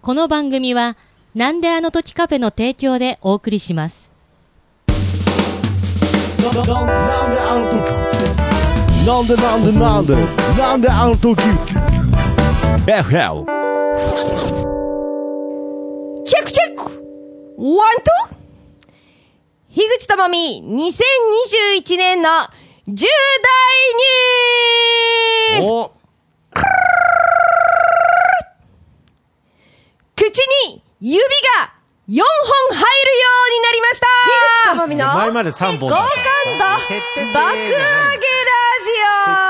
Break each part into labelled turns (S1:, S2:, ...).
S1: この番組は、なんであの時カフェの提供でお送りします。
S2: なんであの時なんでなんでなんでなんであの時 FL
S3: チェックチェックワント樋口智美、2021年の重大ニュース
S2: お
S3: 口に指が4本入るようになりました樋口智美の
S2: 前まで三本
S3: 好
S2: だ
S3: 感
S2: てってって
S3: 度
S2: ー
S3: 爆上げラジオ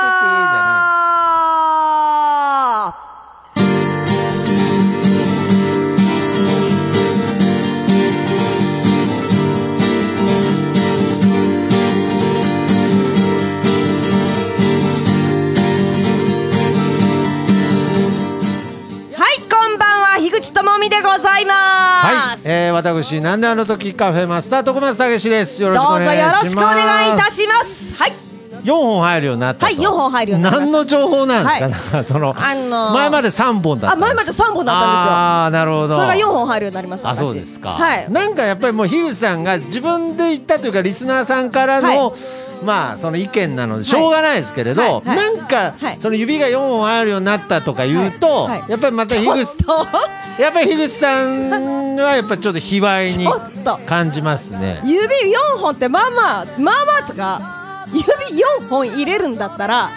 S3: はい、こんばんは、樋口智美でございま
S4: はい
S3: す。、
S4: えー、私なんであの時カフェマスター徳松たけしですよろ
S3: ど
S4: しくお
S3: うぞ
S4: 願いし
S3: よ
S4: ます
S3: ろしくお願いいたします。はい。
S4: 4本入るようになったと
S3: はい四本入るようになりました
S4: 何の情報なんですか、なんかその、
S3: あのー
S4: 前まで3本だった
S3: あ、前まで3本だったんで
S4: ああーなるほ
S3: すよ。
S4: ど
S3: それが4本入るようになりました。
S4: あ
S3: 私
S4: そうですか、
S3: はい。
S4: なんかやっぱりもう樋口さんが自分で言ったというかリスナーさんからの、
S3: は
S4: まあその意見なのでしょうがないですけれど、
S3: はいはいはい
S4: なんか、
S3: はい
S4: その指が4本あるようになったとか言うと、
S3: はいはい
S4: やっぱりまた
S3: ち
S4: 樋
S3: ょっ
S4: 口
S3: と、
S4: やっぱり樋口さんはやっぱちょっと卑猥
S3: ちょっと
S4: に感じますね。
S3: 指4本ってまあまあ、まあまあとか、指4本入れるんだったら、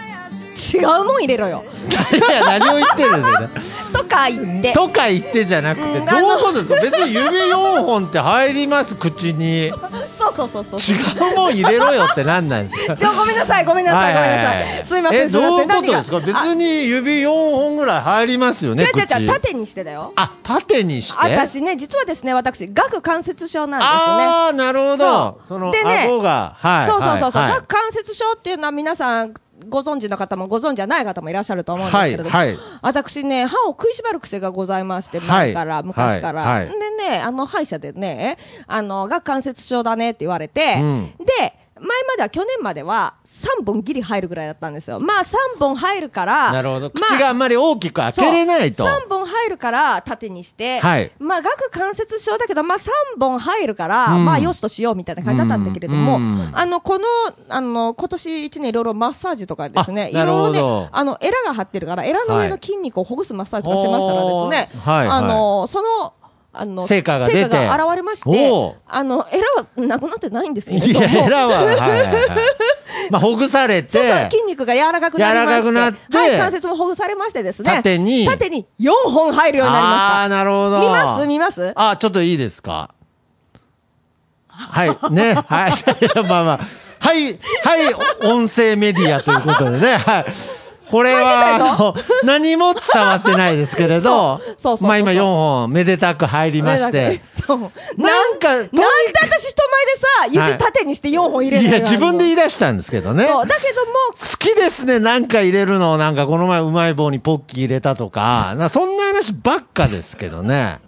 S3: 違うもん入れろよ。
S4: いや何を言ってるんだよ。
S3: とか言って。
S4: とか言ってじゃなくてどう
S3: あの
S4: いうことですか。別に指4本って入ります 口に違
S3: そうそうそうそう。
S4: うもん入れろよってなんないんですか。
S3: ちょごめんな さい、ごめんなさい、ごめんなさい。すいませ
S4: え
S3: ん、すいま
S4: どうい
S3: せ。
S4: うんこ
S3: 何
S4: と
S3: が
S4: ですか。別に指4本ぐらい入りますよ
S3: 違
S4: ね。
S3: う違う違う、
S4: 口
S3: 縦にしてだよ。
S4: あ縦にして。
S3: 私ね、実はですね、私、顎関節症なんですね。
S4: ああなるほ
S3: そ
S4: ど。
S3: う
S4: その
S3: でね
S4: 顎がはい。
S3: そうそうそうそう、
S4: はいはい
S3: 顎関節症っていうのは皆さんご存知の方もご存知じゃない方もいらっしゃると思うんですけれども、
S4: はいはい
S3: 私ね歯を食いしばる癖がございまして
S4: は
S3: 前
S4: い
S3: から、昔から、
S4: はいはい
S3: でねあの歯医者でねあの顎関節症だねって言われて、
S4: うん
S3: で前までは去年までは3本ギリ入るぐらいだったんですよまあ3本入るから
S4: なるほど。
S3: まあ
S4: 口があんまり大きく開け
S3: そう
S4: れないと。
S3: 3本入るから縦にして、
S4: はい
S3: まあ顎関節症だけど、まあ、3本入るから、
S4: うん
S3: まあよしとしようみたいな感じだったんだけれども、
S4: うん
S3: あのこのあの今年1年いろいろマッサージとかですね
S4: あ
S3: いろ
S4: ないるほ
S3: ろ
S4: ど
S3: ねあのエラが張ってるからエラの上の筋肉をほぐすマッサージとかしてましたらですね、
S4: はいおーはい
S3: あのそのあの
S4: 成果が出て
S3: 成果が現れまし
S4: おー
S3: てあのエラはなくなってないんですけれ
S4: い
S3: ども。
S4: や、エラは、はいはいはい。まあ、ほぐされて、
S3: そうそう筋肉が柔らかくなりまして
S4: 柔らかくなって
S3: はい、関節もほぐされましてですね
S4: 縦に
S3: 縦に4本入るようになりました
S4: ああー、なるほど。
S3: 見ます見ます
S4: あ、ちょっといいですか。はい、ね、はい、いやまあまあ。はい、はい、音声メディアということでね、はい。これは、あの何も伝わってないですけれ
S3: そう
S4: ど
S3: そうそう、そう
S4: まあ今4本、めでたく入りまし
S3: なん
S4: て
S3: か。 そう
S4: なんか、と
S3: なんで私人前でさ
S4: はい
S3: 指縦にして4本入れる
S4: い
S3: のよ
S4: や、自分で言い出したんですけどね。
S3: そうだけども
S4: 好きですね、なんか入れるの。なんかこの前うまい棒にポッキー入れた とか、なそんな話ばっかですけどね。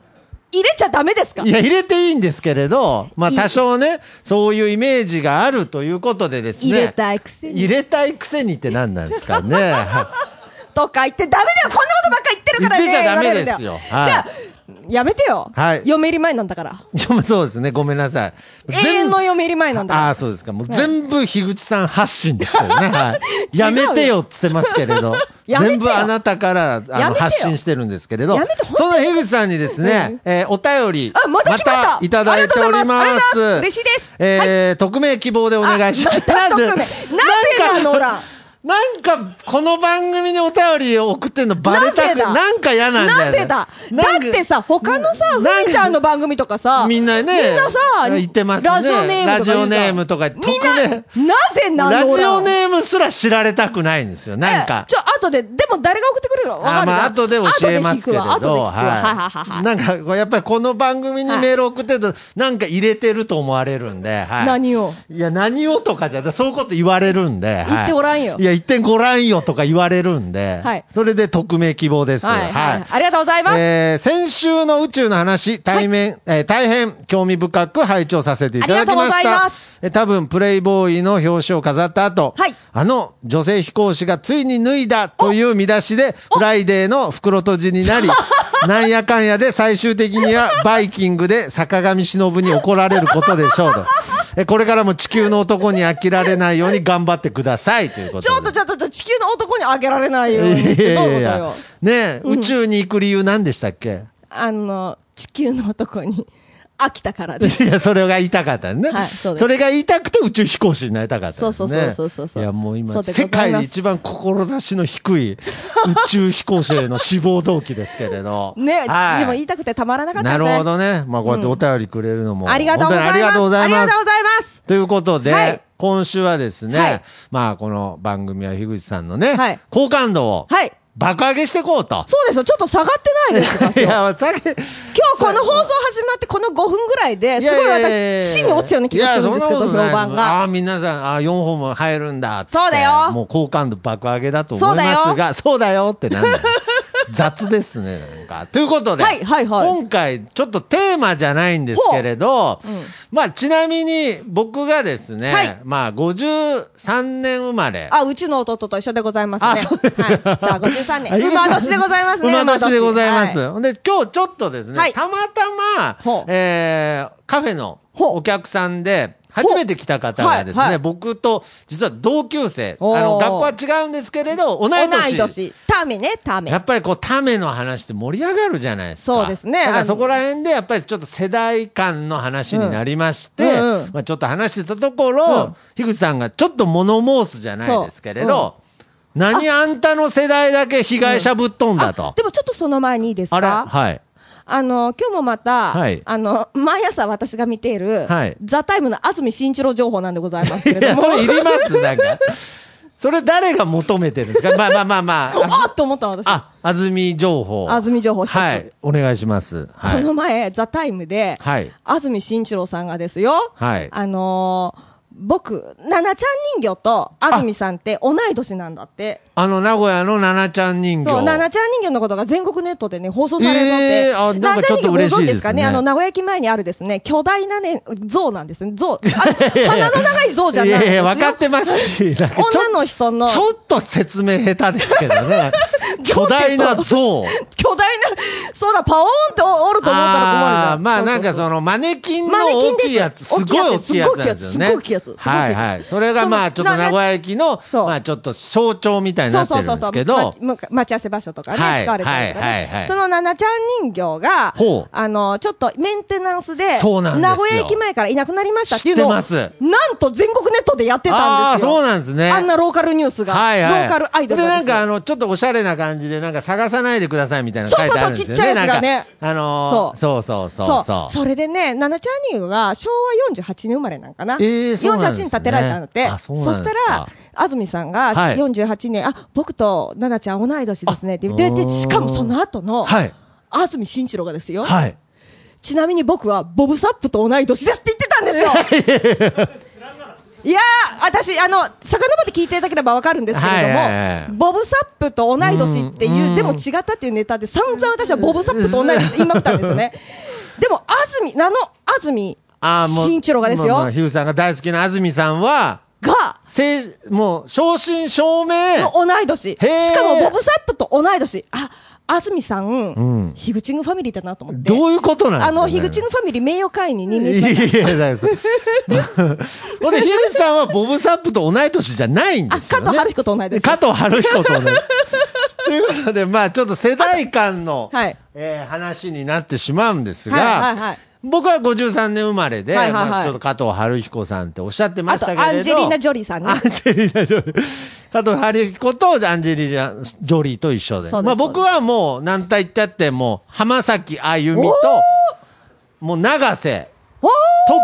S3: 入れちゃダメですか
S4: いや、入れていいんですけれど、まあ
S3: いい
S4: 多少ね、そういうイメージがあるということでですね。
S3: 入れたいくせに
S4: 入れたいくせにって何なんですかね。
S3: とか言ってダメだよこんなことばっか言ってるからね
S4: 言ってちゃダメ
S3: 言われるんだ
S4: ですよ
S3: じ
S4: はい
S3: ゃあやめてよ
S4: はい
S3: 嫁入り前なんだから
S4: いやまあそうですね、ごめんなさい。
S3: 永遠の
S4: 全
S3: 嫁入り前なんだ
S4: あ
S3: か
S4: あ、そうですか。もう全部樋口さん発信ですよね。 はい。やめてよっつってますけれど。
S3: やめてよ
S4: 全部あなたから
S3: や
S4: あ
S3: め
S4: の
S3: てよ
S4: 発信してるんですけれど。
S3: やめて本当
S4: そんな樋口さんにですね、えーお便り。
S3: あまた来ました
S4: いただいており
S3: あり
S4: ま
S3: がとうございます
S4: す。
S3: 嬉しいです
S4: えー匿名希望でお願いします。
S3: ら匿名なぜなのら
S4: なんか、この番組にお便りを送ってんのバレたく
S3: なぜだ
S4: なんか嫌なんだよ、
S3: な
S4: ね。
S3: ぜだだ
S4: なんか
S3: ってさ他のさ
S4: う
S3: ふ
S4: んなん
S3: みちゃんの番組とかさ
S4: みんなね
S3: みんなさ
S4: 言ってますね
S3: ラジオネームとか言うじゃん
S4: ラジオネームとか言って
S3: みんな
S4: 匿
S3: なぜなのら
S4: ラジオネームすら知られたくないんですよ。なんか
S3: え。ちょ、後で、でも誰が送ってくれるのわか
S4: あ
S3: る
S4: まあ、後で教えますけれど。
S3: 後で聞くわ、後で聞くわ。はいはいはい
S4: はい。
S3: はい。
S4: なんか、こうやっぱりこの番組にメール送ってると、なんか入れてると思われるんで、はい。
S3: 何を
S4: いや、何をとかじゃ、だからそういうこと言われるんで。は
S3: 言
S4: い
S3: ってごらんよ
S4: いや、言ってごらんよとか言われるんで。
S3: はい
S4: それで匿名希望です。
S3: はいはいありがとうございます
S4: えー先週の宇宙の話、対面、えー大変興味深く拝聴させていただきました。
S3: ありがとうございます
S4: えー多分、プレイボーイの表紙を飾った後、
S3: はい
S4: あの女性飛行士がついに脱いだという見出しで、フライデーの袋閉じになり、なんやかんやで最終的にはバイキングで坂上忍に怒られることでしょうと。えこれからも地球の男に飽きられないように頑張ってくださいということで。
S3: ちょっとちょっとちょっと地球の男にあげられないよ。どう
S4: い
S3: いう
S4: や
S3: こと
S4: いやいや
S3: よ。
S4: ねえ、宇宙に行く理由何でしたっけ
S3: あの、地球の男に飽きたからです。
S4: いや、それが言いたかったね。
S3: はいそうです
S4: れが言いたくて宇宙飛行士になりたかったんですね。
S3: そうそうそうそうそう
S4: いや、もう今、
S3: そうでござい
S4: 世
S3: ます。
S4: 界で一番志の低い宇 宙飛行士への志望動機ですけれど
S3: ね、
S4: はい
S3: でも言いたくてたまらなかったで
S4: な
S3: すね。
S4: るほどね。まあ、こうやってお便りくれるのも。
S3: ありがとうございます。
S4: 本当にありがとうござい
S3: ありが
S4: ま
S3: とうご
S4: す。
S3: ざいます
S4: ということで、
S3: はい
S4: 今週はですね、
S3: はい
S4: まあ、この番組は樋口さんのね、
S3: はい
S4: 好感度を
S3: はい。
S4: 爆上げしていこうと。
S3: そうですよ。ちょっと下がってないで すか
S4: い
S3: 今日
S4: や、さっき、
S3: 今日この放送始まってこの5分ぐらいです
S4: い
S3: ご
S4: や
S3: い
S4: いやいやいや
S3: 私、芯に落ちたような気がするんですけど、
S4: いやそ
S3: 評
S4: なことない
S3: 判が。
S4: ああ、皆さん、ああ、4本も入るんだっつって。
S3: そうだよ
S4: もう好感度爆上げだと思いますが、そうだよってなんだよ雑ですね、なんか。ということで、
S3: はいはいはい
S4: 今回、ちょっとテーマじゃないんですけれど、まあ、ちなみに僕がですね、
S3: はい
S4: まあ、53年生まれ。
S3: あ、うちの弟と一緒でございますね。
S4: あそう
S3: はい。さあ、53年。馬年でございますね。
S4: 馬年でございます。
S3: は
S4: ほんで、今日ちょっとですね、
S3: はい
S4: たまた
S3: ほ
S4: ま
S3: う、
S4: えーカフェの
S3: ほう
S4: お客さんで、初めて来た方がですね、
S3: はいはい
S4: 僕と、実は同級生、あ
S3: おー
S4: の、学校は違うんですけれど、同い
S3: 同
S4: 年。
S3: い年。タメね、タメ。
S4: やっぱりこう、ための話って盛り上がるじゃないですか。
S3: そうですね
S4: だか
S3: あ
S4: ら
S3: の
S4: そこら辺で、やっぱりちょっと世代間の話になりまして、
S3: うんうんうん
S4: まあちょっと話してたところ、
S3: うん
S4: 樋口さんがちょっと物申すじゃないですけれど、何あんたの世代だけ被害者ぶっ飛んだと。
S3: あでもちょっとその前にいいです
S4: あれ
S3: か
S4: はい。
S3: あの、今日もまた、
S4: はい
S3: あの、毎朝私が見ている、
S4: はい
S3: ザ・タイムの安住慎一郎情報なんでございますけ
S4: い
S3: れ
S4: や、
S3: ども、
S4: それいりますなんか。それ誰が求めてるんですかまあまあまあまあ。
S3: あっと思った私。
S4: あ、安住情報。
S3: 安住情報一つ
S4: はい。お願いします。は
S3: こ
S4: い。
S3: の前、ザ・タイムで、
S4: はい。
S3: 安住慎一郎さんがですよ、
S4: はい
S3: あのー僕、ななちゃん人形と安住さんって同い年なんだって。
S4: あの、名古屋のななちゃん人形。
S3: そう、ななちゃん人形のことが全国ネットでね、放送されるの
S4: えーあ
S3: で、
S4: なんかちょっと嬉し
S3: ななちゃん人形ご
S4: いですね
S3: 存知ですかね、あの、名古屋駅前にあるですね、巨大なね、像なんですね、像。あ鼻の長い像じゃないんですよ。
S4: いやいや、分かってます し。なんかちょ
S3: 女の人の
S4: ちょっと説明下手ですけどね。 巨大な像。
S3: 巨大な、そうだ、パオーンっておると思ったら困る
S4: あ
S3: な
S4: ーまあなんか
S3: う
S4: そのマネキンの
S3: マネキ
S4: 大
S3: ンです
S4: きいやつ、すご
S3: 大
S4: い
S3: きいやつ
S4: 大きいやつなんですよね。
S3: すごい大きいやつすごい大きいやつ
S4: はいはい。それがまあちょっと
S3: その
S4: 名古屋駅の、
S3: そう
S4: まあちょっと象徴みたいになってるんですけど
S3: ま、むか待ち合わせ場所とかね、
S4: はい
S3: 使われたりとかね、
S4: はいはいはい
S3: そのななちゃん人形が
S4: ほう、
S3: あの、ちょっとメンテナンスで、
S4: そうなんですよ
S3: 名古屋駅前からいなくなりましたっていうのを、
S4: 知ってます
S3: なんと全国ネットでやって
S4: あ
S3: たん
S4: あ
S3: ですよ。
S4: ーそうなんですね。
S3: あんなローカルニュースが、
S4: はいはい、
S3: ローカルアイドル
S4: で、
S3: が
S4: なん
S3: ですよ
S4: かあの、ちょっとおしゃれな感じで、なんか探さないでくださいみたいなの書いてあるんですよね。
S3: そうそうそうちっちゃいやつがね
S4: なんかあのーそうそうそうそう
S3: そう。それでね、ナナちゃん人形が昭和48年生まれなんかな。
S4: えーそうなんです
S3: 48
S4: ね
S3: に建てられたんだって。
S4: あそうなんです
S3: し
S4: か
S3: たら、安住さんが
S4: はい
S3: 48年、あ、僕とナナちゃん同い年ですねって言って、
S4: あ
S3: で、で
S4: うーん
S3: しかもその後の、
S4: はい
S3: 安住紳一郎がですよ、
S4: はい。
S3: ちなみに僕はボブサップと同い年ですって言ってたんですよ。 いやー、私、あの、遡って聞いていただければわかるんですけれども、
S4: はいはいはい
S3: ボブサップと同い年っていう、でも違ったっていうネタで散々私はボブサップと同い年って言いまくったんですよ ね。でも、安住、名の安住慎一郎がですよ、
S4: もうもうヒューさんが大好きな安住さんは、
S3: が、
S4: せい、もう、正真正銘。
S3: の同い年。し
S4: ー
S3: かも、ボブサップと同い年。あ、安住さん、
S4: うん
S3: ヒグチングファミリーだなと思って。
S4: どういうことなんですか、
S3: あ
S4: ね、
S3: の、ヒグチングファミリー名誉会員に任命 しました。
S4: いやいやいや、そうです。ほんで、樋口さんはボブサップと同い年じゃないん
S3: あ、
S4: です
S3: 加
S4: よ、ね。
S3: 藤春彦と同い年。
S4: 加藤春彦とね。ということで、まあ、ちょっと世代間の、
S3: はい
S4: えー話になってしまうんですが、
S3: はいはいはい
S4: 僕は53年生まれで、
S3: はいはいはい
S4: まあ、ちょっと加藤春彦さんっておっしゃってま
S3: あ
S4: し
S3: と、
S4: たけれど
S3: アンジェリーナ・ジョリーさんね
S4: アン。ジェリーナ・ジョリー。加藤春彦とアンジェリーナ・ジョリーと一緒で。
S3: そうです
S4: まあ
S3: そうです
S4: 僕はもう何体言ってあってもう浜崎あゆみと、もう永瀬、
S3: おー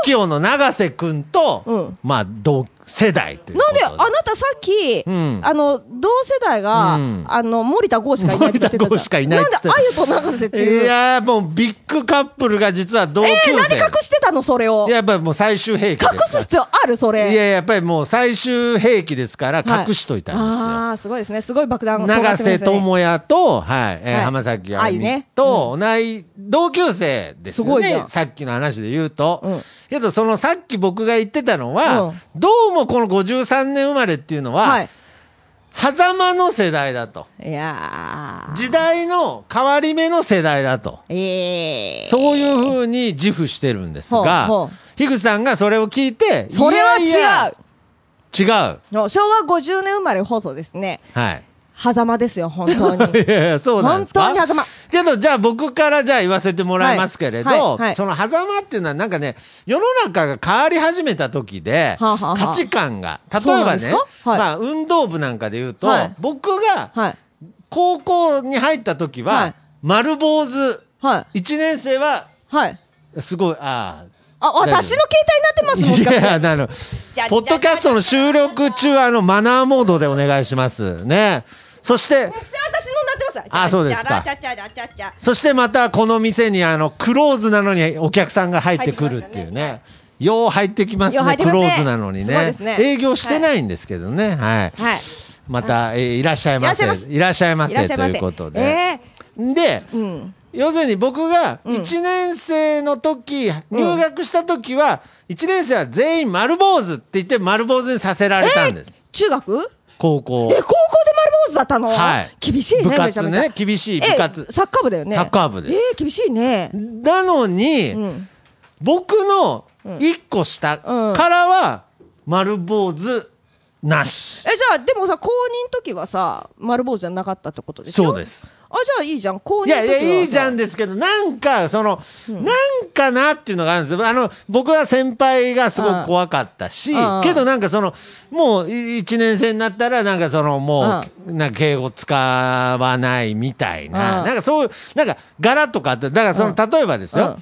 S4: TOKIO の永瀬くんと、
S3: うん
S4: まあ同世代というこ
S3: な
S4: と
S3: んで、あなたさっき、
S4: ん
S3: あの、同世代が、
S4: うん
S3: あの、森田剛しかいないって言ってたじゃん。
S4: 森田剛しかいないっ
S3: な
S4: て
S3: んで、
S4: 言って
S3: あゆと永瀬っていう。
S4: いやーもうビッグカップルが実は同級
S3: えー、何
S4: 生。
S3: 隠してたのそれを。
S4: いややっぱりもう最終兵器ですか
S3: 隠
S4: ら。
S3: す必要あるそれ。
S4: いややっぱりもう最終兵器ですから
S3: はい
S4: 隠しといたんですよ。
S3: ああ、すごいですね。すごい爆弾を飛
S4: 永
S3: ばしてま
S4: 瀬
S3: すね
S4: 智也と、はい、えー
S3: はい
S4: 浜崎あゆ
S3: あゆ
S4: み
S3: ね
S4: と、同い、同級生です
S3: すご
S4: よ
S3: いじゃ
S4: ね。
S3: ん
S4: さっきの話で言うと。
S3: うん
S4: けど、そのさっき僕が言ってたのは、
S3: うん
S4: どうもこの53年生まれっていうのは、
S3: はい。
S4: 狭間の世代だと。
S3: いやー
S4: 時代の変わり目の世代だと。
S3: ええ
S4: そういうふうに自負してるんです
S3: ほう
S4: が
S3: ほう、
S4: 樋口さんがそれを聞いて、
S3: それはい違う
S4: やいや違う。
S3: 昭和50年生まれ放送ですね。
S4: はい。
S3: 狭間ですよ、本当に。
S4: いやいや、そうなんですか
S3: 本当に狭間
S4: けど、じゃあ僕からじゃあ言わせてもらいますけれど、
S3: はいはいはい
S4: その狭間っていうのはなんかね、世の中が変わり始めた時で、
S3: はあはあはあ
S4: 価値観が、例え
S3: そうなん
S4: ば
S3: です
S4: ね、
S3: かはい
S4: まあ運動部なんかで言うと、
S3: はい
S4: 僕が
S3: はい。
S4: 高校に入った時は、
S3: はい
S4: 丸坊主、
S3: はい。
S4: 1年生は、
S3: はい。
S4: すごい、ああ、
S3: あ、私の携帯になってます、もしかし
S4: い
S3: て。
S4: や、なる
S3: じゃ。
S4: ポッドキャストの収録中、あの、マナーモードでお願いします。ね。そして、
S3: じゃあ私のなってます。
S4: あそうですか
S3: チャラチャラチャラチャラ
S4: そしてまたこの店にあのクローズなのにお客さんが入ってくるっていうね。よう入ってきます
S3: よう
S4: ね
S3: 入って
S4: ク
S3: きます
S4: ロ
S3: ね
S4: ーズなのに
S3: すごい
S4: ね
S3: ですね
S4: 営業してないんですけどね。はい。
S3: はい。
S4: また、えーいらっしゃいませ
S3: いらっしゃいます。
S4: いらっしゃいま
S3: いらっ
S4: せ
S3: しゃ
S4: と
S3: いま
S4: い
S3: せ。
S4: うことで。
S3: え
S4: で、
S3: えうん。
S4: 要するに僕が1年生の時、入学した時は、1年生は全員丸坊主って言って丸坊主にさせられたんです。
S3: 中学
S4: 高校
S3: え、。高校で丸坊主だったの
S4: はい
S3: 厳しいね、
S4: 部活
S3: めちゃめちゃ。
S4: ね厳しい部活
S3: えサッカー部だよね。
S4: サッカー部です
S3: ええ、厳しいね。
S4: なのに、
S3: うん。
S4: 僕の一個下からは丸坊主なし、
S3: え、じゃあ、でもさ、公認時はさ、丸坊主じゃなかったってことでしょ
S4: そうで。す
S3: あ、じゃあいいじゃん。公認
S4: い
S3: 時は
S4: や
S3: さ。
S4: いやいいじゃんですけどなんかその、なんかなっていうのがあるんですよあの僕は先輩がすごく怖かったし
S3: うんうん
S4: けどなんかそのもう1年生になったらなんかそのもう、なんか敬語使わないみたいな、
S3: うん
S4: なんかそういうなんか柄とかあってだからその、
S3: う
S4: 例えばです
S3: うん。
S4: よ、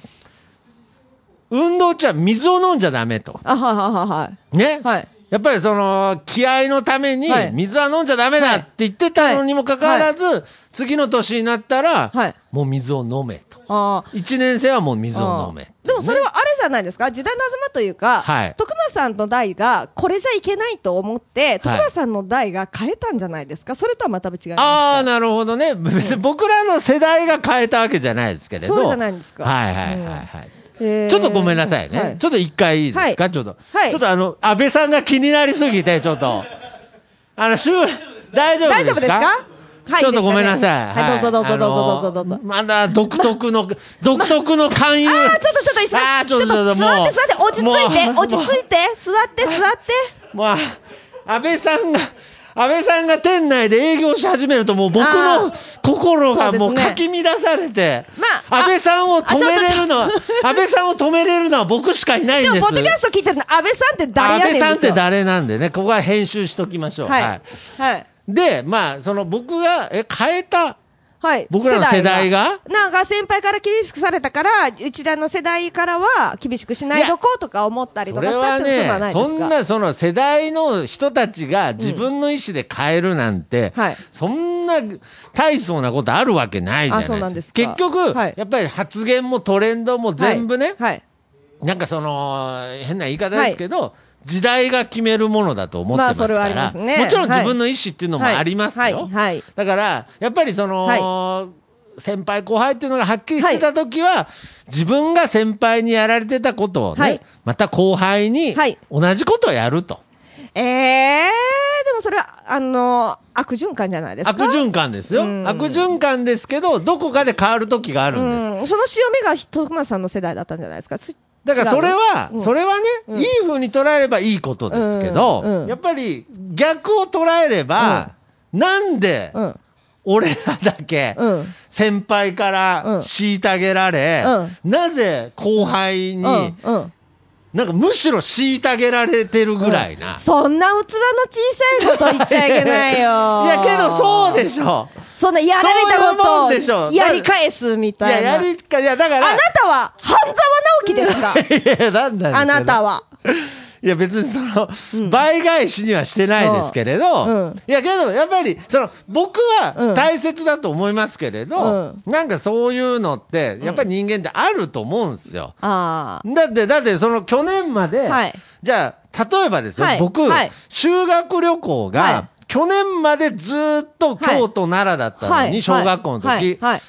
S4: 運動中は水を飲んじゃダメと。
S3: あ、はいはいはいはい。
S4: ね、
S3: はい
S4: やっぱりその気合のために
S3: はい
S4: 水は飲んじゃダメだって言ってたのにもかかわらず、次の年になったら、
S3: はい
S4: もう水を飲めと
S3: ああ。
S4: 1年生はもう水を飲
S3: あ
S4: め
S3: あでもそれはあれじゃないですか、時代の狭間というか、
S4: はい
S3: 徳間さんの代がこれじゃいけないと思って、徳間さんの代が変えたんじゃないですか、それとはまた違います
S4: ああ
S3: か
S4: なるほどね別に僕らの世代が変えたわけじゃないですけれど
S3: そうじゃないんですか
S4: はいはいはいはい、
S3: えー
S4: ちょっとごめんなさいね、
S3: はい
S4: ちょっと一回いいですか、
S3: はい
S4: ちょっと、
S3: はい
S4: ちょっとあの安倍さんが気になりすぎてちょっとあのしゅ大丈夫
S3: 大
S4: です
S3: 丈夫です
S4: か
S3: か、はい、
S4: ちょっとごめんなさい。
S3: はい、どうぞどうぞどうぞどうぞどうぞ。
S4: あのまだ独特の、 独特の勧誘。
S3: ああ、ちょっとちょっと椅子
S4: あー
S3: が、
S4: ちょっとちょっ
S3: 座
S4: とも
S3: っ
S4: う
S3: て座って、落ち着いて、
S4: もう
S3: 落ち着いて、座って座って。
S4: もう、あ安倍さんが、安倍さんが店内で営業し始めるともう僕
S3: あ
S4: の心がも
S3: そう
S4: う
S3: ですね
S4: かき乱されて、
S3: まああ
S4: 安倍さんを止めれるのは
S3: あちょっとちょっ、と
S4: 安倍さんを止めれるのは僕しかいないん
S3: で
S4: で
S3: も、
S4: す。
S3: ポッドキャスト聞いてるの、安倍さんって誰
S4: 安
S3: やねんです
S4: 倍
S3: よ。
S4: さんって誰なんでね、ここは編集しときましょう。
S3: はい。
S4: は
S3: はいい。。はい
S4: で、まあ、その僕が、え、変えた
S3: はい、
S4: 僕らの世代が
S3: なんか先輩から厳しくされたから、うちらの世代からは厳しくしないとこうとか思ったりと
S4: そ
S3: か
S4: れ
S3: した
S4: は
S3: っていうのはな
S4: ね、
S3: いです
S4: そ
S3: か
S4: んなその世代の人たちが自分の意思で変えるなんて、
S3: はい
S4: そんな大層なことあるわけないじゃないですか。
S3: あそうなんですか
S4: 結局、
S3: はい
S4: やっぱり発言もトレンドも全部ね、
S3: はい。
S4: なんかその変な言い方ですけど、時代が決めるものだと思ってますか
S3: ま
S4: ら、
S3: あそれはありますね
S4: もちろん自分の意思っていうのも
S3: はい
S4: ありますよ。
S3: はいはい
S4: だからやっぱりその、先輩後輩っていうのがはっきりしてた時は、自分が先輩にやられてたことをね、
S3: はい
S4: また後輩に
S3: はい
S4: 同じことをやると、
S3: ええー、でもそれは、あの、悪循環じゃないです
S4: 悪
S3: か。
S4: 循環ですよ、
S3: うん
S4: 悪循環ですけどどこかで変わる時があるんです、
S3: うん、その潮目が徳村さんの世代だったんじゃないですか。す
S4: だからそれは、
S3: 違ううん
S4: それはね、いい風に捉えればいいことですけど、
S3: うんうん
S4: やっぱり逆を捉えれば、なんで
S3: うん。
S4: 俺らだけ
S3: うん
S4: 先輩から
S3: うん
S4: 虐げられ、なぜ後輩に、
S3: うん。うん。
S4: なんかむしろ虐げられてるぐらいな。
S3: そんな器の小さいこと言っちゃいけないよ。
S4: いやけどそうでしょ。
S3: そんなやられた
S4: そういうもん
S3: こ
S4: でし
S3: と
S4: ょ
S3: をやり返すみ
S4: い
S3: た
S4: や
S3: いな。
S4: やりかいやだか
S3: あ
S4: ら
S3: なたは半沢直樹ですか
S4: いやなんだ
S3: あなた
S4: は。
S3: は。
S4: いや別にその、倍返しにはしてないですけれど、
S3: うんうん
S4: いやけどやっぱりその僕
S3: う
S4: は
S3: ん
S4: 大切だと思いますけれど、
S3: う
S4: なんかそういうのってやっぱり人間ってあると思うんですよ。
S3: ああ。
S4: だってだってその去年まで、
S3: はい
S4: じゃあ例えばですよ、
S3: はい
S4: 僕、
S3: はい
S4: 修学旅行が、
S3: は
S4: 去年までずっと京都、奈良だったの
S3: は
S4: に、
S3: い
S4: 小学校の時、
S3: はいはい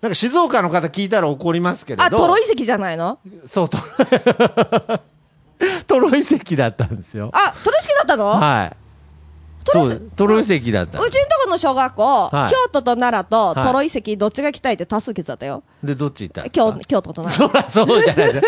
S4: なんか静岡の方聞いたら怒りますけれど
S3: あ、トロ遺跡じゃないの
S4: そうトロ トロ遺跡だったんですよ。
S3: あ、トロ遺跡だったの
S4: はいそうです。トロ遺跡だった。
S3: うちのとこの小学校、
S4: はい
S3: 京都と奈良と
S4: はい
S3: トロ遺跡、どっちが来たいって多数決だったよ。
S4: で、どっち行ったんです
S3: 京
S4: か
S3: 京都と奈良。
S4: そらそうじゃな いですか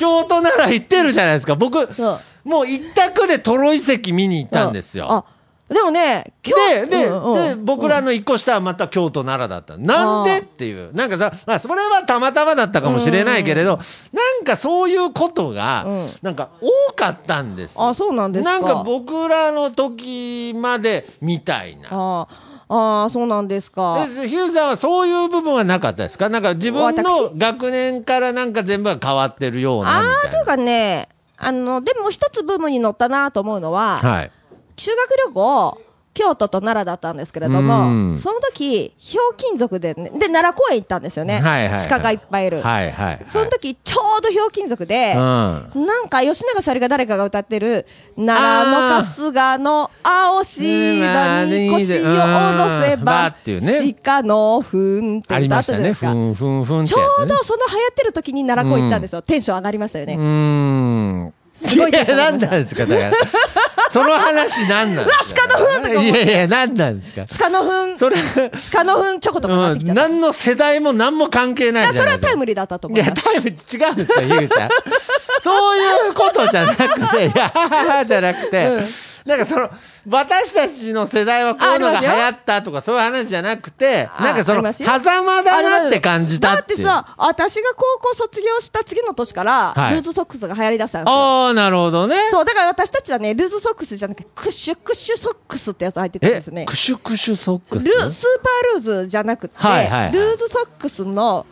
S4: 京都なら行ってるじゃないですか僕
S3: そう
S4: もう一択でトロ遺跡見に行ったんですよ。
S3: あ、でもね、京
S4: でで,、
S3: うんうん
S4: で僕らの一個下はまた京都奈良だったなんで
S3: あー
S4: っていうなんかさ、まあ、それはたまたまだったかもしれないけれど、なんかそういうことが、
S3: うん
S4: なんか多かったんです
S3: あそうなんですか
S4: なんか僕らの時までみたいな
S3: ああ、ああ、そうなんですか。
S4: でヒューさんはそういう部分はなかったですかなんか自分の
S3: 私
S4: 学年からなんか全部が変わってるようなみ
S3: あ
S4: た
S3: あ、とい
S4: いな
S3: うかね、あの、でも一つブームに乗ったなと思うのは、
S4: はい。
S3: 修学旅行、京都と奈良だったんですけれど
S4: うん
S3: も、その時、ひょうきん族で、ね、で、奈良公園行ったんですよね。
S4: はいはいはい
S3: 鹿がいっぱいいる。
S4: はいはい、はい。
S3: その時、ちょうどひょうきん族で、
S4: うん。
S3: なんか吉永小百合が誰かが歌ってる奈良
S4: あ
S3: の
S4: ー
S3: 春日の青芝に腰を下ろせ
S4: うんば
S3: ば
S4: っていうね
S3: 鹿の糞って歌
S4: あ
S3: っ
S4: り
S3: た
S4: まし
S3: じゃ
S4: た
S3: ない
S4: ね。
S3: です
S4: ふ
S3: か。
S4: んふんふんって
S3: ち
S4: や
S3: ょ
S4: つね、
S3: うどその流行ってる時に奈良公行ったんですよ。テンション上がりましたよね。
S4: うーん。
S3: すごいテンション
S4: や
S3: 上が
S4: な
S3: り
S4: ん
S3: ました
S4: なんですかだから。その話なんなんですか。
S3: うわ鹿の糞とか思っ
S4: い
S3: て
S4: やいやなんなんですか。
S3: 鹿の糞、
S4: それ、
S3: 鹿の糞チョコとかなってきち
S4: う
S3: ゃ
S4: ん
S3: った。
S4: 何の世代も何も関係ない
S3: だから
S4: じゃ
S3: それは
S4: ないですか
S3: タイムリーだったと思
S4: い
S3: い
S4: や、
S3: ます。
S4: タイム違うんですよ、ゆうさん。そういうことじゃなくて、いや、はははじゃなくて、なんかその、私たちの世代はこういうの
S3: あありま
S4: が
S3: す
S4: 流
S3: よ
S4: 行ったとか、そういう話じゃなくて、
S3: あ
S4: なんかそ
S3: あ
S4: の、
S3: りますよ
S4: 狭間だなって感じた
S3: だ
S4: っ
S3: って
S4: い
S3: て
S4: う。
S3: さ、私が高校卒業した次の年から、
S4: はい
S3: ルーズソックスが流行りだしたんですよ。
S4: ああ、なるほどね。
S3: そう、だから私たちはね、ルーズソックスじゃなくて、クッシュクッシュソックスってやつ入ってたん
S4: え
S3: ですよね、。
S4: クシュクシュソック
S3: ル
S4: ス。
S3: スーパールーズじゃなくて、
S4: はいはいはい
S3: ルーズソックスの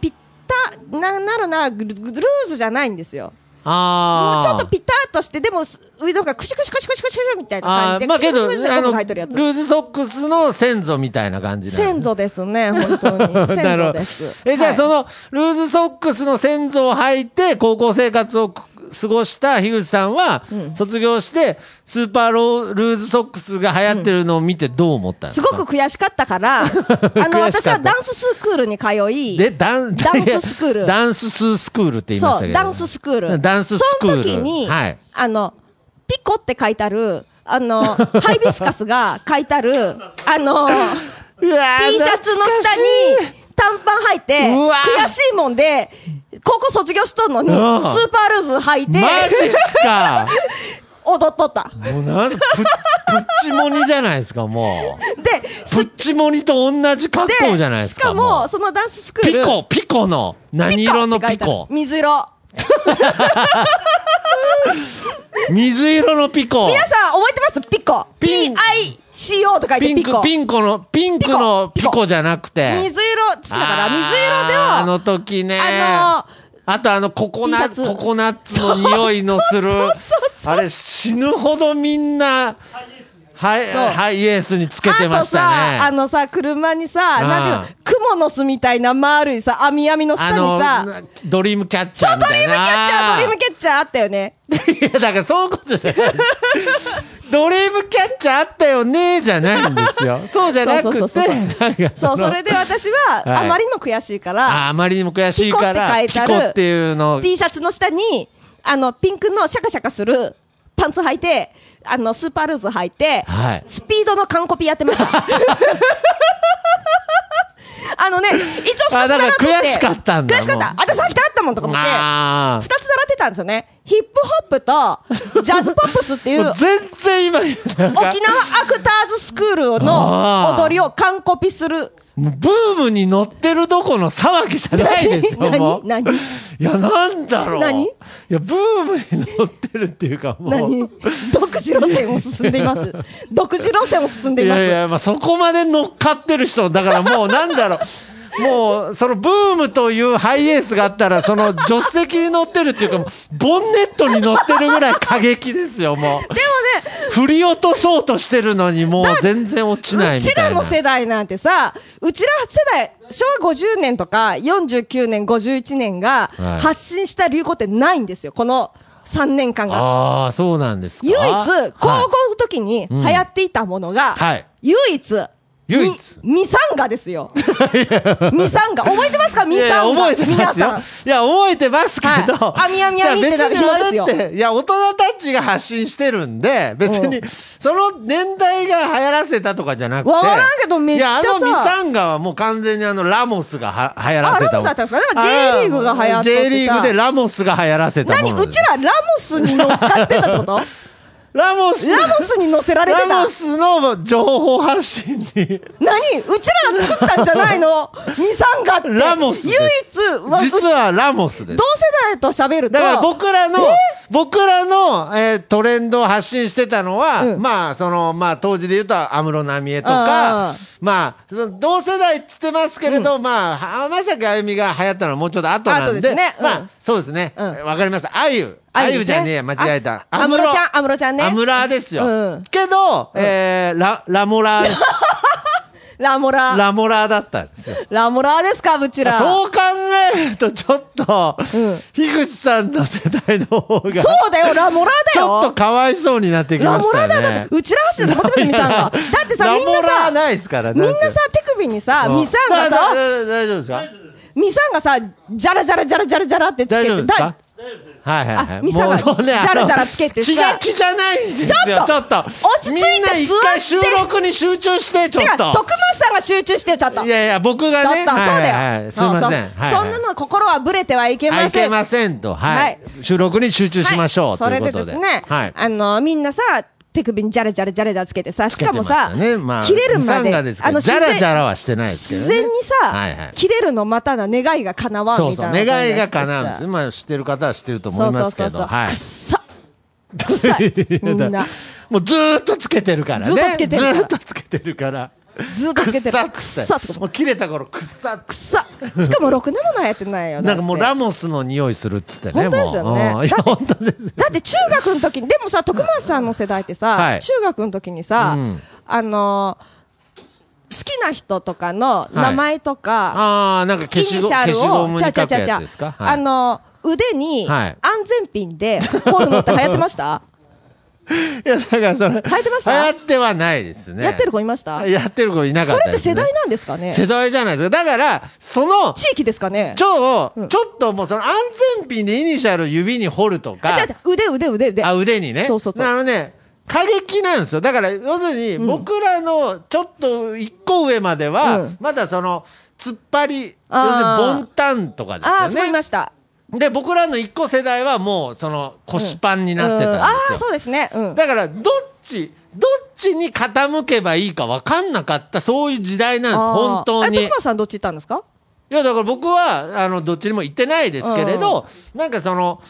S3: ぴったななるなルルーズじゃないんですよ。も
S4: あ
S3: う
S4: あ。
S3: ちょっとピタッとして、でも、す上の方がクシュクシュクシュクシュクシュみたいな
S4: あ
S3: 感じ
S4: あ
S3: で、
S4: まあけど、
S3: クシュクシュクシュ
S4: あの、
S3: 入
S4: ル
S3: ってるやつ。
S4: ーズソックスの先祖みたいな感じなんですね
S3: 先祖です ね、本当に。
S4: な
S3: 先
S4: るほ
S3: 祖
S4: ど
S3: です。
S4: え、じゃあそ
S3: の、
S4: の、ルーズソックスの先祖を履いて、高校生活を過ごした樋口さんは、卒業して、スーパーロールーズソックスが流行ってるのを見てどう思ったんですすか、
S3: ごく悔しかったから、あの、
S4: 悔しかった
S3: 私はダンススクールに通い、
S4: で、ダン、
S3: ダンススクール
S4: ダンスススクールって言いました
S3: そ
S4: け
S3: う、
S4: ど。
S3: ダンススクール。
S4: ダンススクール。
S3: その時に、
S4: はい。
S3: あの、ピコって書いてある、あの、ハイビスカスが書いてある、あの、
S4: うわ
S3: T シャツの下に短パン履いて、
S4: うわー
S3: 悔しいもんで、高校卒業しとんのに、ス
S4: うん
S3: ーパールーズ履いて、
S4: マジっすか
S3: 踊っとった。
S4: もうなん か、プッ、プッチモニじゃないですか、もう。
S3: で、
S4: プッチモニと同じ格好じゃない
S3: で、
S4: で
S3: し
S4: すか。
S3: か
S4: もう
S3: も、そのダンススクー
S4: ピ
S3: ル、
S4: コ、ピコの、何色の
S3: って書
S4: ピ
S3: いてある
S4: コ。
S3: 水色。
S4: 水色のピコ。
S3: 皆さん覚えてますピコ。
S4: ピン
S3: P-I-C-O と書い
S4: ピ
S3: て
S4: ン
S3: ピ
S4: ク、
S3: コ。
S4: ピンクの、ピンクのピ
S3: ピコ
S4: コじゃなくて。
S3: 水色好きだから、
S4: あー
S3: 水色で
S4: あ
S3: は、
S4: の時ね。
S3: あ
S4: あとあのココナ
S3: T シャツ
S4: ココナッツの匂いのする
S3: そうそうそう。そう
S4: あれ死ぬほどみんな、はい、
S3: そう
S4: ハイエースにつけてました
S3: あとさ、あ
S4: ね。
S3: のさ、車にさ、
S4: うん
S3: なんていうの、クモの巣みたいな丸いさ、網網の下にさ、
S4: ドリームキャッチャ
S3: そ
S4: ー
S3: う、
S4: み
S3: ド
S4: た
S3: リ
S4: い
S3: ームキャッチャー、
S4: な。
S3: ドリームキャッチャーあったよね。
S4: いや、だからそういうことじゃない。ドリームキャッチャーあったよね、じゃないんです よ。そうじゃなくて、
S3: そうそうそうそう
S4: なんか
S3: そう、
S4: の
S3: それで私は、
S4: は
S3: あ
S4: い
S3: まりにも悔しいか
S4: あ
S3: ら、
S4: あまりにも悔しい
S3: ピコ
S4: か
S3: って
S4: ら
S3: 書、い
S4: ピ
S3: てあ
S4: コっ
S3: る
S4: ていうのを
S3: T シャツの下に、あの、ピンクのシャカシャカするパンツ履いて、あの、スーパールーズ履いて、
S4: はい
S3: スピードの完コピやってま した。あのね、いつも二つ習
S4: あ
S3: って
S4: だから
S3: て
S4: 悔しかったんだ
S3: 悔しかった
S4: も。
S3: 私はきたあったもんとか思って。
S4: あ
S3: 二つ習ってたんですよね。ヒップホッ プと、ジャズポップスってい
S4: ー
S3: う、
S4: もう
S3: 沖
S4: 全然今言うな
S3: 縄
S4: んか
S3: アクターズスクールの
S4: あー
S3: 踊りを完コピする。
S4: もうブームに乗ってるどこの騒ぎじゃないですよ
S3: 何
S4: もう
S3: 何何
S4: いやなんだろう
S3: 何
S4: いやブームに乗ってるっていうかもう
S3: 何独自路線を進んでいます。独自路線を進んでい
S4: い
S3: ま
S4: やい
S3: す。
S4: や、まあ、そこまで乗っかってる人だからもうなんだろ うもうそのブームというハイエースがあったらその助手席に乗ってるっていうかもうボンネットに乗ってるぐらい過激ですよもう
S3: でもね、
S4: 振り落とそうとしてるのにもう全然落ちないみ
S3: うち
S4: た
S3: ら
S4: いな。
S3: の世代なんてさ、うちら世代、昭和50年とか49年、51年が
S4: はい
S3: 発信した流行ってないんですよ。この3年間が。
S4: ああ、そうなんですか。
S3: 唯一、高校
S4: は
S3: の時に流行っていたものが、
S4: はい
S3: 唯一、
S4: 唯
S3: み
S4: 一。
S3: ミサンガですよ。ミサンガ。覚えてますかミ
S4: いやい
S3: サ
S4: や
S3: ンガ。
S4: 覚えて
S3: 皆
S4: ますよ
S3: さん。。
S4: いや、覚えてますけ
S3: はい
S4: ど。
S3: あみやみやみ
S4: じゃあ
S3: ってな
S4: 別に
S3: 暇ですよ
S4: あれっていや、大人たちが発信してるんで、別に、その年代が流行らせたとかじゃなくて。
S3: わからんけどめっちゃさ
S4: いや、あのミサンガはもう完全にあの、ラモスがは流行らせたもん。
S3: あラモスだったんですかなんか J リーグが流行っとってさ
S4: あー J リーグでラモスが流行らせたもの
S3: 何
S4: です
S3: うちらラモスに乗っかってたってこと
S4: ラモス
S3: ラモスに乗せられてた。
S4: ラ
S3: 何
S4: モ
S3: う
S4: スの情報発信に。
S3: ちらが作ったんじゃないのミサンガって。
S4: ラモスで
S3: 唯
S4: す
S3: 一は、う
S4: 実はラモスです
S3: 同。世代と喋ると。
S4: だから僕らの、僕らの、えートレンドを発信してたのは、
S3: うん
S4: まあ、その、まあ、当時で言うと、安室奈美恵と
S3: あ
S4: か
S3: ー、
S4: まあ、その同世代っつってますけれど、まあ、はまさきあゆみが流行ったのはもうちょっと後なん
S3: 後
S4: で、
S3: ですねうん
S4: まあ、そうですね。
S3: うん
S4: わ、かります。あゆ。あ
S3: あ
S4: ゆ
S3: ゆです
S4: じ
S3: ね
S4: ゃねえや、間違えた。
S3: あ安室ちゃん安室ちゃんね
S4: 安室ですよ。
S3: うん
S4: けど、えーラ、ラモラ、
S3: ラモラ。
S4: ラモラだったんですよ。
S3: ラモラーですかうちら。そう
S4: そう考えると、ちょっと、
S3: ん
S4: 樋口さんの世代の方が。
S3: だよ、ラモラー
S4: ち
S3: だよ。
S4: ょっとかわいそうになってき
S3: ラ
S4: ま
S3: モ
S4: した
S3: ラ
S4: よ
S3: ーだよ。だっ
S4: ね
S3: て、。うちら走って待ってみさんが。だってさ、みんな
S4: ラモラ
S3: さ
S4: ー、ないですから
S3: みんなさ、手首にさ、ミサンが
S4: だ
S3: さ、
S4: だだ大丈夫ですか
S3: ミサンがさ、じゃらじゃらじゃらじゃらじゃらってつけ
S4: 大
S3: て、
S4: 丈夫ですか
S3: だ
S4: はいはいはい。
S3: あミサが
S4: もうね
S3: ジャラジャラつけてさ
S4: 気が気じゃないんですよ。
S3: ちょっと落ち着いて
S4: みんな一回
S3: 座
S4: 収
S3: って
S4: 録に集中して、ちょ
S3: て
S4: っ
S3: か、
S4: と
S3: 徳。松さんが集中してよ、ちょっと。
S4: いやいや、僕が
S3: ちょっと、
S4: ね。
S3: そう
S4: はい
S3: だ
S4: はい
S3: よ。
S4: はいすいません。
S3: そうそう
S4: はい
S3: そんなの心はぶれてはいけ
S4: は
S3: ま
S4: いいけ
S3: せん。
S4: ませんと。は
S3: はいい。
S4: 収録に集中しましょう。
S3: はい
S4: とい
S3: それで
S4: うこと
S3: ですね、
S4: はい。
S3: あの、みんなさ、手首にジャラジャラジャラジャラつけてさ、し
S4: つけ
S3: か
S4: てま
S3: も
S4: した
S3: さ、
S4: ねまあ
S3: 切れるま
S4: ミ
S3: で、
S4: サンガですけどジ
S3: 自
S4: ャ
S3: 然
S4: ラジャラはしてないですけど
S3: 自
S4: ね
S3: 然にさ、
S4: はいはい
S3: 切れるのまたな願いが叶わん
S4: そう
S3: み
S4: そう。
S3: たいな。
S4: 願いが叶うんです。。まあ、知ってる方は知ってると思
S3: そ
S4: いう
S3: そ
S4: ま
S3: う
S4: すけ
S3: そう
S4: ど。
S3: そう。
S4: は
S3: くっ
S4: い。
S3: さ 臭い。みんな。
S4: もうずーっとつけてるからね。
S3: ずっとつけてるから
S4: ずーっと
S3: ずっとつ
S4: つけてるから。
S3: けてる。
S4: くっさ
S3: くっさってこと
S4: もう切れた頃、くっさ
S3: くっさしかもろくなものはやってないよ
S4: なんかもう
S3: だっ
S4: ラ
S3: て
S4: モスの匂いするっつってね。
S3: 本当ですよね
S4: もううんいや、
S3: だって
S4: 本当です。
S3: だって中学の時にでもさ徳松さんの世代ってさ、
S4: はい
S3: 中学の時にさ、
S4: うん
S3: あのー好きな人とかの名前とか、
S4: ああ、なんか消
S3: イ
S4: し
S3: ニ
S4: ゴ
S3: シャ
S4: 消
S3: ル
S4: しゴ
S3: を
S4: ムに
S3: ちゃ
S4: 書
S3: うちゃう
S4: く
S3: ちゃうち
S4: や
S3: ゃ
S4: つ
S3: う
S4: ですかはい
S3: あの腕に
S4: はい
S3: 安全ピンで彫るのって流行ってました
S4: いや、だからそれ。
S3: 流行ってました
S4: 流行ってはないです ね。
S3: やってる子いました
S4: やってる子いなか
S3: そ
S4: っ
S3: れ
S4: た
S3: っ
S4: で
S3: て
S4: すね
S3: 世代なんですかね
S4: 世代じゃないですか。だから、その、
S3: 地域ですかね
S4: ちょ、
S3: うん
S4: ちょっともうその安全ピンでイニシャルを指に彫るとか。
S3: あ違う違う腕腕腕腕
S4: あ、腕にね。
S3: そうそうそう
S4: あのね、過激なんですよ。だから、要するに、僕らのちょっと一個上までは、
S3: うん
S4: まだその、突っ張り、要す
S3: あー
S4: るにボンタンとかですよね。
S3: ああそういました
S4: で、僕らの一個世代はもう、その、腰パンになってたん
S3: うんあ
S4: です
S3: あ
S4: よ。
S3: そうですねうん
S4: だから、どっち、どっちに傾けばいいか分かんなかった、そういう時代なんです、
S3: あー
S4: 本当に。
S3: え徳松さんどっち行ったんですか
S4: いやだから僕はあのどっちにも行ってないですけれど、なんかその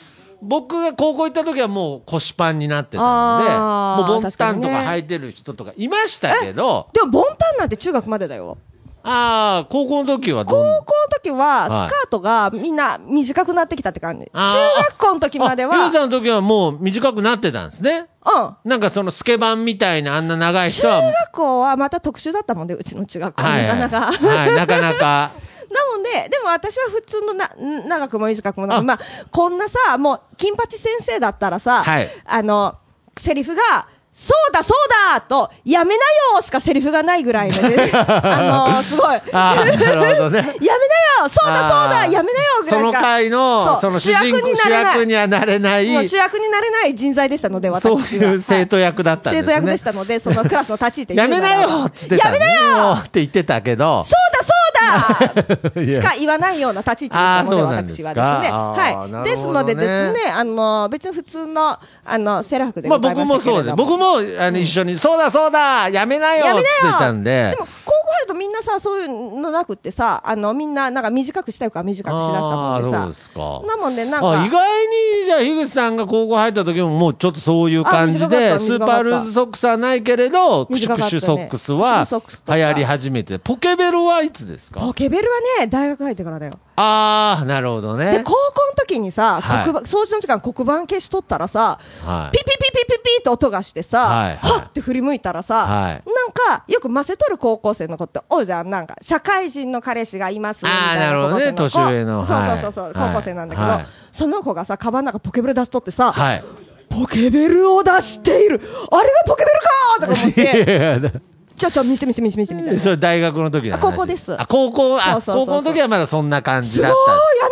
S4: 僕が高校行った時はもう腰パンになってた
S3: あ
S4: の
S3: ー
S4: でもうボンタン
S3: 確
S4: と
S3: か
S4: か
S3: にね
S4: 履いてる人とかいましたけど、
S3: でもボンタンなんて中学までだよ
S4: ああ高校の時はどん
S3: 高校の時は
S4: はい
S3: スカートがみんな短くなってきたって感じ、
S4: あー
S3: 中学校の時まで
S4: あゆ
S3: は
S4: うさんの時はもう短くなってたんですね
S3: うん
S4: なんかそのスケバンみたいなあんな長い
S3: 中
S4: 人は
S3: 学校はまた特殊だったもんで、うちの中学校、
S4: はいはい
S3: なかなか。
S4: はい、なかなか
S3: だもんで、でも私は普通のな、長くも短くもな
S4: あ
S3: く、まあ、こんなさ、もう、金八先生だったらさ、
S4: はい
S3: あの、セリフが、そうだそうだと、やめなよしかセリフがないぐらいの ね、あの、すごい。やめなよ
S4: ああなるほどね
S3: そうだそうだ
S4: あー
S3: やめなよぐら
S4: そ
S3: いし
S4: の
S3: か
S4: 回の
S3: そ
S4: そうの主
S3: 主役
S4: 人公
S3: になれ
S4: 主
S3: ない
S4: 役にはなれない
S3: もう主役になれない人材でしたので、私は。
S4: そういう生徒役だったんです
S3: 生
S4: ね
S3: 徒役でしたので、そのクラスの立ち位置で言う
S4: やめ
S3: な
S4: な
S3: らば
S4: よっつってた、ね、
S3: やめなよ
S4: よって言ってたけど
S3: そうだそうだ
S4: いや
S3: しか言わないような立ち位置でしたので、
S4: あーそうなんです
S3: 私
S4: か
S3: はですね。
S4: あーな
S3: はい。
S4: る
S3: で
S4: ほ
S3: す
S4: ど
S3: の
S4: ね
S3: でですね、あの、別に普通の、あの、セラフで
S4: まあ
S3: ござい
S4: 僕
S3: ま
S4: も
S3: したけ
S4: そう
S3: れど
S4: です。
S3: も。
S4: 僕もあの一緒に、そうだそうだやめなよ
S3: や
S4: っ
S3: め
S4: つってたん
S3: なよ
S4: で
S3: でも、。高校入るとみんなさ、そういうのなくってさ、あの、みんな、なんか短くしたいから短くしだしたもんで
S4: あーそう
S3: さ。
S4: ですか。
S3: なもんで、なん
S4: あ意
S3: か、
S4: 外に、じゃあ、樋口さんが高校入った時も、もうちょっとそういう感じ
S3: あ短かっ
S4: で、
S3: た
S4: スーパールーズソックスはないけれど、クシュ
S3: 短
S4: ク
S3: かった
S4: シ
S3: ね
S4: ュソックスは
S3: クシュクシュソックスと
S4: 流
S3: か
S4: 行り始めて、ポケベルはいつですか
S3: ポケベルはね、大学入ってからだよ。
S4: あー、なるほど
S3: で、
S4: ね。
S3: 高校の時にさ、
S4: はい
S3: 黒板、掃除の時間黒板消し取ったらさ、
S4: はい
S3: ピピピピピピって音がしてさ、
S4: はい
S3: はって振り向いたらさ、
S4: はい
S3: なんか、よくませとる高校生の子って、おうじゃん、なんか、社会人の彼氏がいますみたい
S4: あーな
S3: な
S4: る
S3: 高
S4: ほど
S3: 校生の子。
S4: ね年上の
S3: そう
S4: は
S3: そ
S4: いう
S3: そうそう、
S4: はい
S3: 高校生なんだけど、
S4: はい
S3: その子がさ、カバンの中ポケベル出しとってさ、
S4: はい。
S3: ポケベルを出しているあれがポケベルかーとか思って、
S4: いやいや
S3: ちょちょ、見せて見せて見せて見せてみたいな。
S4: それ大学の時の
S3: あ
S4: 話
S3: 高校です
S4: あ高校
S3: そうそう
S4: あ
S3: そうそう
S4: 高校の時はまだそんな感じ
S3: すご
S4: だ
S3: い
S4: っ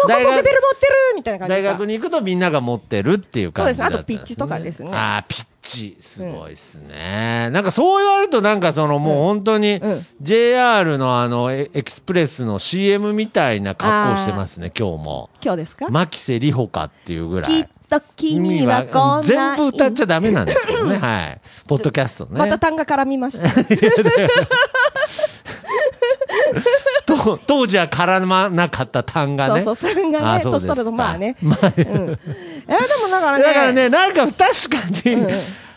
S3: あ
S4: た
S3: の子
S4: 大
S3: ポケベル
S4: 学
S3: 持ってるみたいな感じ
S4: 大
S3: でした。
S4: 学に行くとみんなが持ってるっていう感じだったん
S3: そうですねあとピッチとかですね
S4: あーピッチすごいですね、なんかそう言われるとなんかそのもう本当に
S3: うん
S4: JR のあのエエクスプレスの CM みたいな格好してますね今日も
S3: 今日ですか
S4: 牧瀬里穂かっていうぐら
S3: きっ
S4: い
S3: と君はこんな
S4: 全部歌っちゃ
S3: だ
S4: ダメなんですけ どねはいポッドキャストね
S3: また単が絡みま した。
S4: と当時は絡まなかった単が
S3: そう
S4: ね
S3: そう、単が
S4: あ
S3: ね、
S4: そうで
S3: 年
S4: す
S3: 取
S4: か
S3: るとまあ ね。うんえーでもだからね。
S4: だからね、なんか確かに、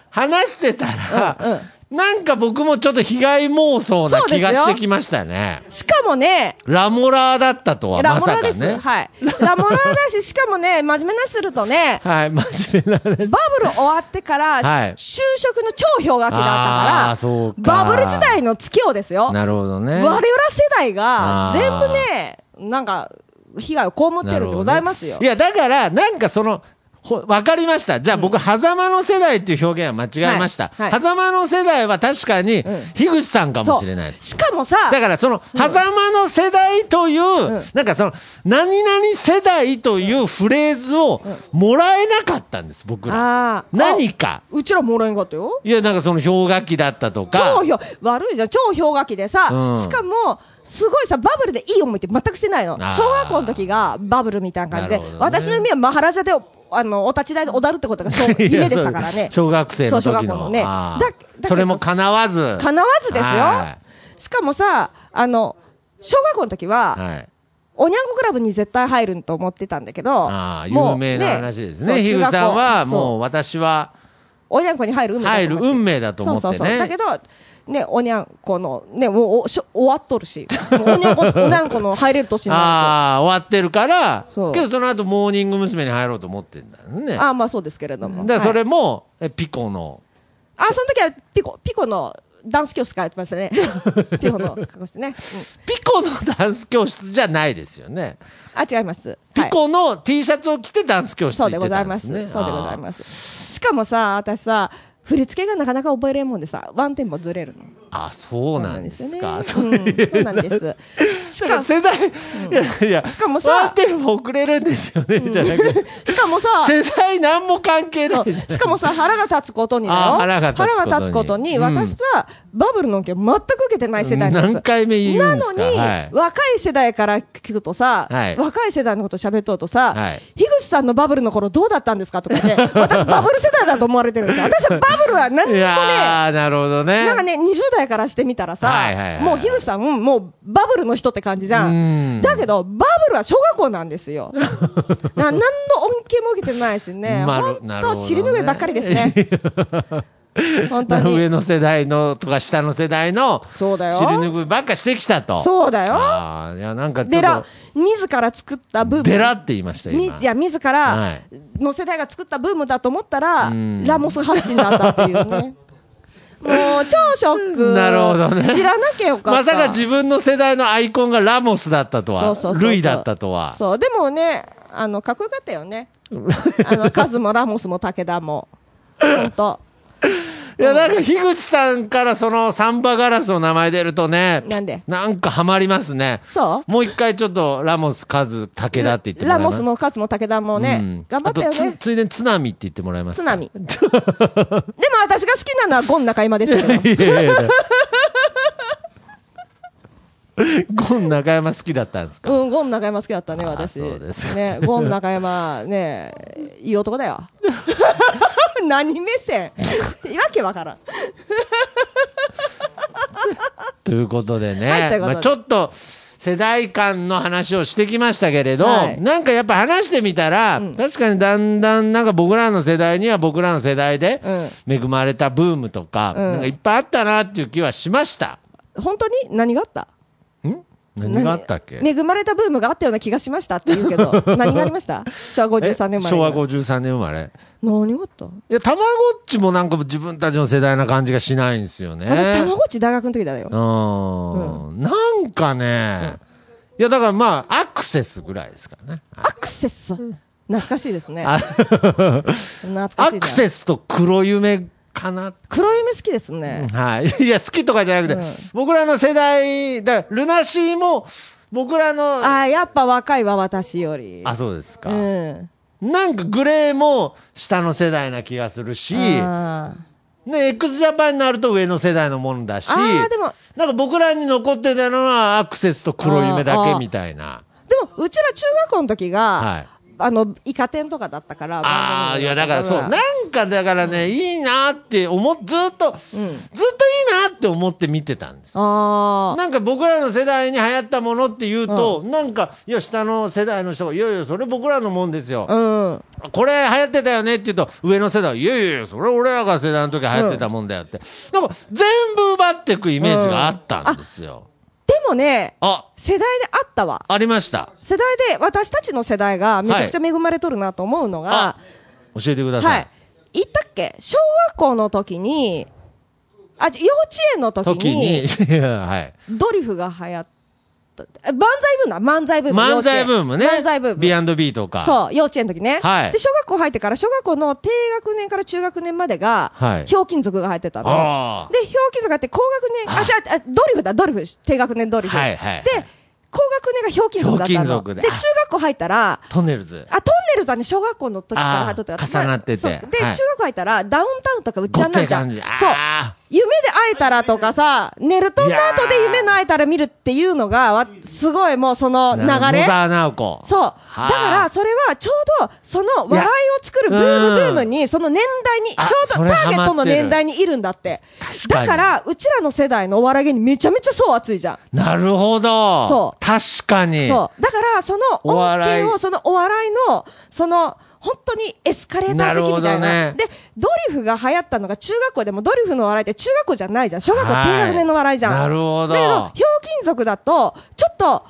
S4: 話してたら、なんか僕もちょっと被害妄想な
S3: そうで
S4: 気
S3: すよ
S4: がしてきましたね。
S3: しかもね、
S4: ラモラーだったとは
S3: ラ
S4: ま
S3: モ
S4: さ
S3: ラ
S4: か
S3: です。
S4: ね。
S3: はい。ラモラだし、しかもね、真面目なしするとね、
S4: はい、真面目な話。
S3: バブル終わってから、
S4: はい
S3: 就職の超氷河期だった
S4: あーそう
S3: から、
S4: か
S3: バブル時代の月をですよ。
S4: なるほどね。
S3: 我ら世代が
S4: あ
S3: 全
S4: ー
S3: 部ね、なんか、被害を被ってるんでございますよ。
S4: なるほどねいや、だから、なんかその、ほわかりました。じゃあ僕、狭間の世代っていう表現は間違えました。
S3: はいはい
S4: 狭間の世代は確かに
S3: ん、
S4: 樋口さんか
S3: そ
S4: も
S3: う
S4: しれないです。
S3: しかもさ、
S4: だからその、狭間の世代という、
S3: ん
S4: なんかその、何々世代というフレーズをもらえなかったんです、僕
S3: あ
S4: ら。
S3: ー
S4: 何か。
S3: うちらもらえんかったよ。
S4: いや、なんかその氷河期だったとか。
S3: 超氷、悪いじゃん、超氷河期でさ、
S4: うん
S3: しかも、すごいさ、バブルでいい思いって全くしてないの。
S4: あー
S3: 小学校の時がバブルみたいな感じで、
S4: なるほどね
S3: 私の夢はマハラジャで、あの、お立ち台で踊るってことが小
S4: いや
S3: 夢でしたからね。
S4: そう小学生の時
S3: そう
S4: の。
S3: 小学校のね。
S4: あー
S3: だだけど
S4: それも叶わず。
S3: 叶わずです
S4: は
S3: よ。しかもさ、あの、小学校の時は、
S4: いはい。
S3: おにゃんこクラブに絶対入ると思ってたんだけど、
S4: ああ、
S3: もう
S4: 有名な話ですね。
S3: そう
S4: 樋
S3: 中
S4: 口
S3: 学校
S4: さんは、
S3: そう
S4: もう私は
S3: おにゃんこに入る運命だと
S4: 入る
S3: 思って
S4: 運命だと思って
S3: そう
S4: ね。
S3: そうそうだけどねおにゃんこのねもうおしょ終わっとるしもうおにゃんこおにゃんこの入れる年にな
S4: ああ、終わってるから、け
S3: そう
S4: どその後、モーニング娘。に入ろうと思ってんだよね
S3: る。とああまあそうですけれども
S4: だからそ
S3: はい
S4: れも、えピコの
S3: あその時はピコピコのダンス教室通ってました ねピコの格好してね、うん
S4: ピコのダンス教室じゃないですよね、
S3: あ違います
S4: ピコの T シャツを着てダンス教室
S3: そ
S4: 行っ
S3: うで
S4: て
S3: ござ
S4: た
S3: い
S4: ん
S3: ま。
S4: ですすね
S3: そうでござい
S4: す
S3: ます。しかもさ、私さ、振り付けがなかなか覚えれんもんでさ、ワンテンポずれるの。
S4: ああそうなんですか
S3: そう
S4: そう
S3: なんですよねうんそうなんです。しか
S4: 世代、いや いや
S3: しかもさ
S4: ワンテンポ遅れるんですよね、じゃ なくて
S3: しかもさ、
S4: 世代何も関係ない
S3: しかもさ、腹が立つことにだよ
S4: あ腹が立つことに
S3: 腹が立つことに、
S4: うん
S3: 私はバブルの恩恵を全く受けてない世代なんです。
S4: 何回目言う
S3: なん
S4: です
S3: の
S4: か
S3: に、
S4: はい
S3: 若い世代から聞くとさ、
S4: はい
S3: 若い世代のこと喋っとうとさ、
S4: はい
S3: 樋口さんのバブルの頃どうだったんですかとかね、私バブル世代だと思われてるんですよ。私はバブルは何にもね、
S4: いやーなるほどね
S3: なんかね、20代からしてみたらさ、
S4: はいはいはい
S3: もう樋口さん、もうバブルの人って感じじゃ
S4: うん
S3: ん。だけど、バブルは小学校なんです よ。な何の恩恵も受けてないしね、
S4: まる
S3: 本
S4: なるほ
S3: 当、
S4: どね
S3: 尻拭いばっかりです ね。本当
S4: 上
S3: に。
S4: の世代のとか下の世代の尻
S3: そうだよ
S4: 拭いばっかしてきたと
S3: そうだよ。
S4: ああいやなんかちょ
S3: で
S4: っ
S3: ら
S4: と、
S3: 自ら作ったブーム。
S4: デラって言いましたよ
S3: み
S4: 今
S3: いや自
S4: は
S3: ら
S4: い
S3: の世代が作ったブームだと思ったら、
S4: ん
S3: ラモス発信だったっていう ね。もう超ショック。
S4: なるほどね
S3: 知らなきゃよか
S4: ま
S3: った。
S4: さか自分の世代のアイコンがラモスだったと
S3: そ
S4: は
S3: うそうそうそう
S4: ルイだったとは
S3: そう、でもね、あの、かっこよかったよね。 あの、カズもラモスも武田も。本当
S4: いやなんか樋口さんからそのサンバガラスの名前出るとね
S3: なんで
S4: なんかハマりますね
S3: そ
S4: もう一回ちょっとラモスカズ武田って言っ
S3: う
S4: ても
S3: ラ
S4: らえま
S3: モ
S4: す
S3: スもカズも武田もね、
S4: うん
S3: 頑張ったよ
S4: あとつ
S3: ね。
S4: ついでに津波って言ってもらえます
S3: 津
S4: か
S3: 波。でも私が好きなのはゴン中山でしたけど。
S4: いやいやいやゴン中山好きだったんですか、
S3: うん、ゴン中山好きだったね、
S4: あー
S3: 私。
S4: そうですか
S3: ね、ゴン中山、ね、いい男だ よ。何目線 いいわけわからん。
S4: ということでね、
S3: はいということで
S4: まあ、ちょっと世代間の話をしてきましたけれど、
S3: はい
S4: なんかやっぱ話してみたら、確かにだんだんなんか僕らの世代には僕らの世代で
S3: う
S4: 恵まれたブームとか、
S3: うん
S4: なんかいっぱいあったなっていう気はしました。
S3: 本当に何があった
S4: ん何があったっけ
S3: 何恵まれたブームがあったような気がしましたって言うけ ど、何がありました昭和53
S4: え
S3: 年生まれ。
S4: 昭和53年生まれ。
S3: 何があった、
S4: いや、たまごっちもなんか自分たちの世代な感じがしないんですよね。
S3: 私、たまごっち大学の時だよ。
S4: うん。なんかね、いや、だからまあ、アクセスぐらいですからね。
S3: アクセス懐かしいですね。
S4: あ
S3: 懐かしいな
S4: アクセスと黒夢かな。
S3: 黒夢好きですね。
S4: はい。 いや、好きとかじゃなくて、
S3: うん
S4: 僕らの世代、だからルナシーも、僕らの、
S3: あ
S4: あ
S3: ーやっぱ若いわ、私より。
S4: そうですか。
S3: うん。
S4: なんかグレーも下の世代な気がするし、ね、
S3: あー
S4: x ジャパンになると上の世代のものだし、
S3: あーでも
S4: なんか僕らに残ってたのはアクセスと黒夢だけみたいな。
S3: でも、うちら中学校の時が、
S4: はい
S3: あの、イカ天とかだったから。
S4: あ
S3: バンドの
S4: あ、い
S3: 時
S4: や、だからそう、なんかだからね、いいなって思っ、ずっと、ずっといいなって思って見てたんです。
S3: ああ。
S4: なんか僕らの世代に流行ったものっていうと、なんか、いや、下の世代の人が、いやいや、それ僕らのもんですよ。
S3: うん。
S4: これ流行ってたよねって言うと、上の世代は、いやいやいや、それ俺らが世代の時流行ってたもんだよって。なんか、全部奪っていくイメージがあったんですよ。
S3: でもね、
S4: あ、
S3: 世代であったわ。
S4: ありました。
S3: 世代で、私たちの世代がめちゃくちゃ恵まれとるなと思うのが、
S4: あ
S3: は、
S4: 教えてくだ
S3: い。
S4: さい。
S3: 言ったっけ小学校の時に、あ、じゃ幼稚園の時に、
S4: 時に、いや はい。
S3: ドリフが流行った。え漫才ブームだ、漫才ブーム。
S4: 漫才ブームね。
S3: 幼稚園漫才ブーム。
S4: B&B とか。
S3: そう、幼稚園の時ね。
S4: はい
S3: で、小学校入ってから、小学校の低学年から中学年までが、
S4: はい
S3: ひょうきん族が入ってたの。
S4: ああ
S3: で、ひょうきん族があって、高学年、
S4: は
S3: あ、
S4: い
S3: じゃあ、ドリフだ、ドリフ、低学年ドリフ。
S4: はいはいはい
S3: で、高学年がひょうきん族だっ
S4: ひょ
S3: た
S4: うきん
S3: の。
S4: 族で
S3: 中学校入ったら、
S4: トンネルズ。
S3: あ、トンネルさんね、小学校の時から入っとった
S4: あー重なってて
S3: そうで、中
S4: はい
S3: 学校入ったら、ダウンタウンとかうっちゃんなんじゃん。
S4: ご
S3: そう
S4: っちゃい感じ。あ
S3: 夢で会えたらとかさ、寝るとんの後で夢の会えたら見るっていうのが、わすごいもうその流
S4: な
S3: れ
S4: 野。沢直子。
S3: そう。だ
S4: はあ
S3: から、それはちょうど、その笑いを作るブ
S4: いや
S3: ームブ
S4: うん
S3: ームに、その年代に、ちょ
S4: あ
S3: う
S4: そ
S3: ど
S4: れ
S3: ターゲットの
S4: ハマってる
S3: 年代にいるんだって。
S4: か
S3: だ
S4: に
S3: から、うちらの世代のお笑い芸人めちゃめちゃ層厚いじゃん。
S4: なるほど。
S3: そう
S4: 確かに。
S3: そう。だから、その
S4: お
S3: 恩
S4: 笑い
S3: 恵を、そのお笑いの、その、本当にエスカレーター席みたいな。
S4: なるほどね
S3: で、ドリフが流行ったのが中学校でも、ドリフの笑いって中学校じゃないじゃん。小学校
S4: はい
S3: 低学年の笑いじゃん。
S4: なるほど
S3: だけど、ひょうきん族だと、ちょっと、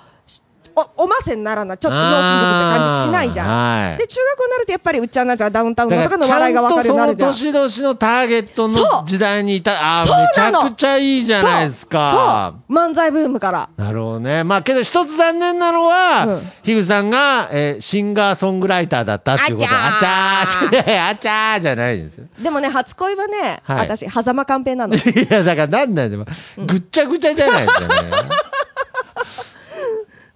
S3: お、おませにならない。ちょっとひょうきん族って感じしないじ
S4: あー
S3: ゃ
S4: は
S3: ん。
S4: い
S3: で、中学校になるとやっぱり、うっちゃんなんちゃんダウンタウンの
S4: だ
S3: とから
S4: か
S3: の
S4: ち
S3: 笑いが分
S4: ゃ
S3: か
S4: んと
S3: るよう
S4: そ
S3: にな
S4: の
S3: るじゃん。
S4: 年々のターゲット
S3: そう
S4: の時代にいた、あ
S3: そう
S4: ーめち
S3: なの
S4: ゃくちゃいいじゃないですか。
S3: そう。そう漫才ブームから。
S4: なるほどね。まあけど一つ残念なのは、
S3: うん
S4: ヒグさんが、えーシンガーソングライターだったっていうこと。
S3: あちゃ
S4: あ
S3: ー
S4: ちゃーじゃあちゃーじゃないですよ。
S3: でもね、初恋はね、
S4: はい
S3: 私、狭間寛平なの。
S4: いや、だからなんなんでも、ぐっちゃぐちゃじゃな いですよね。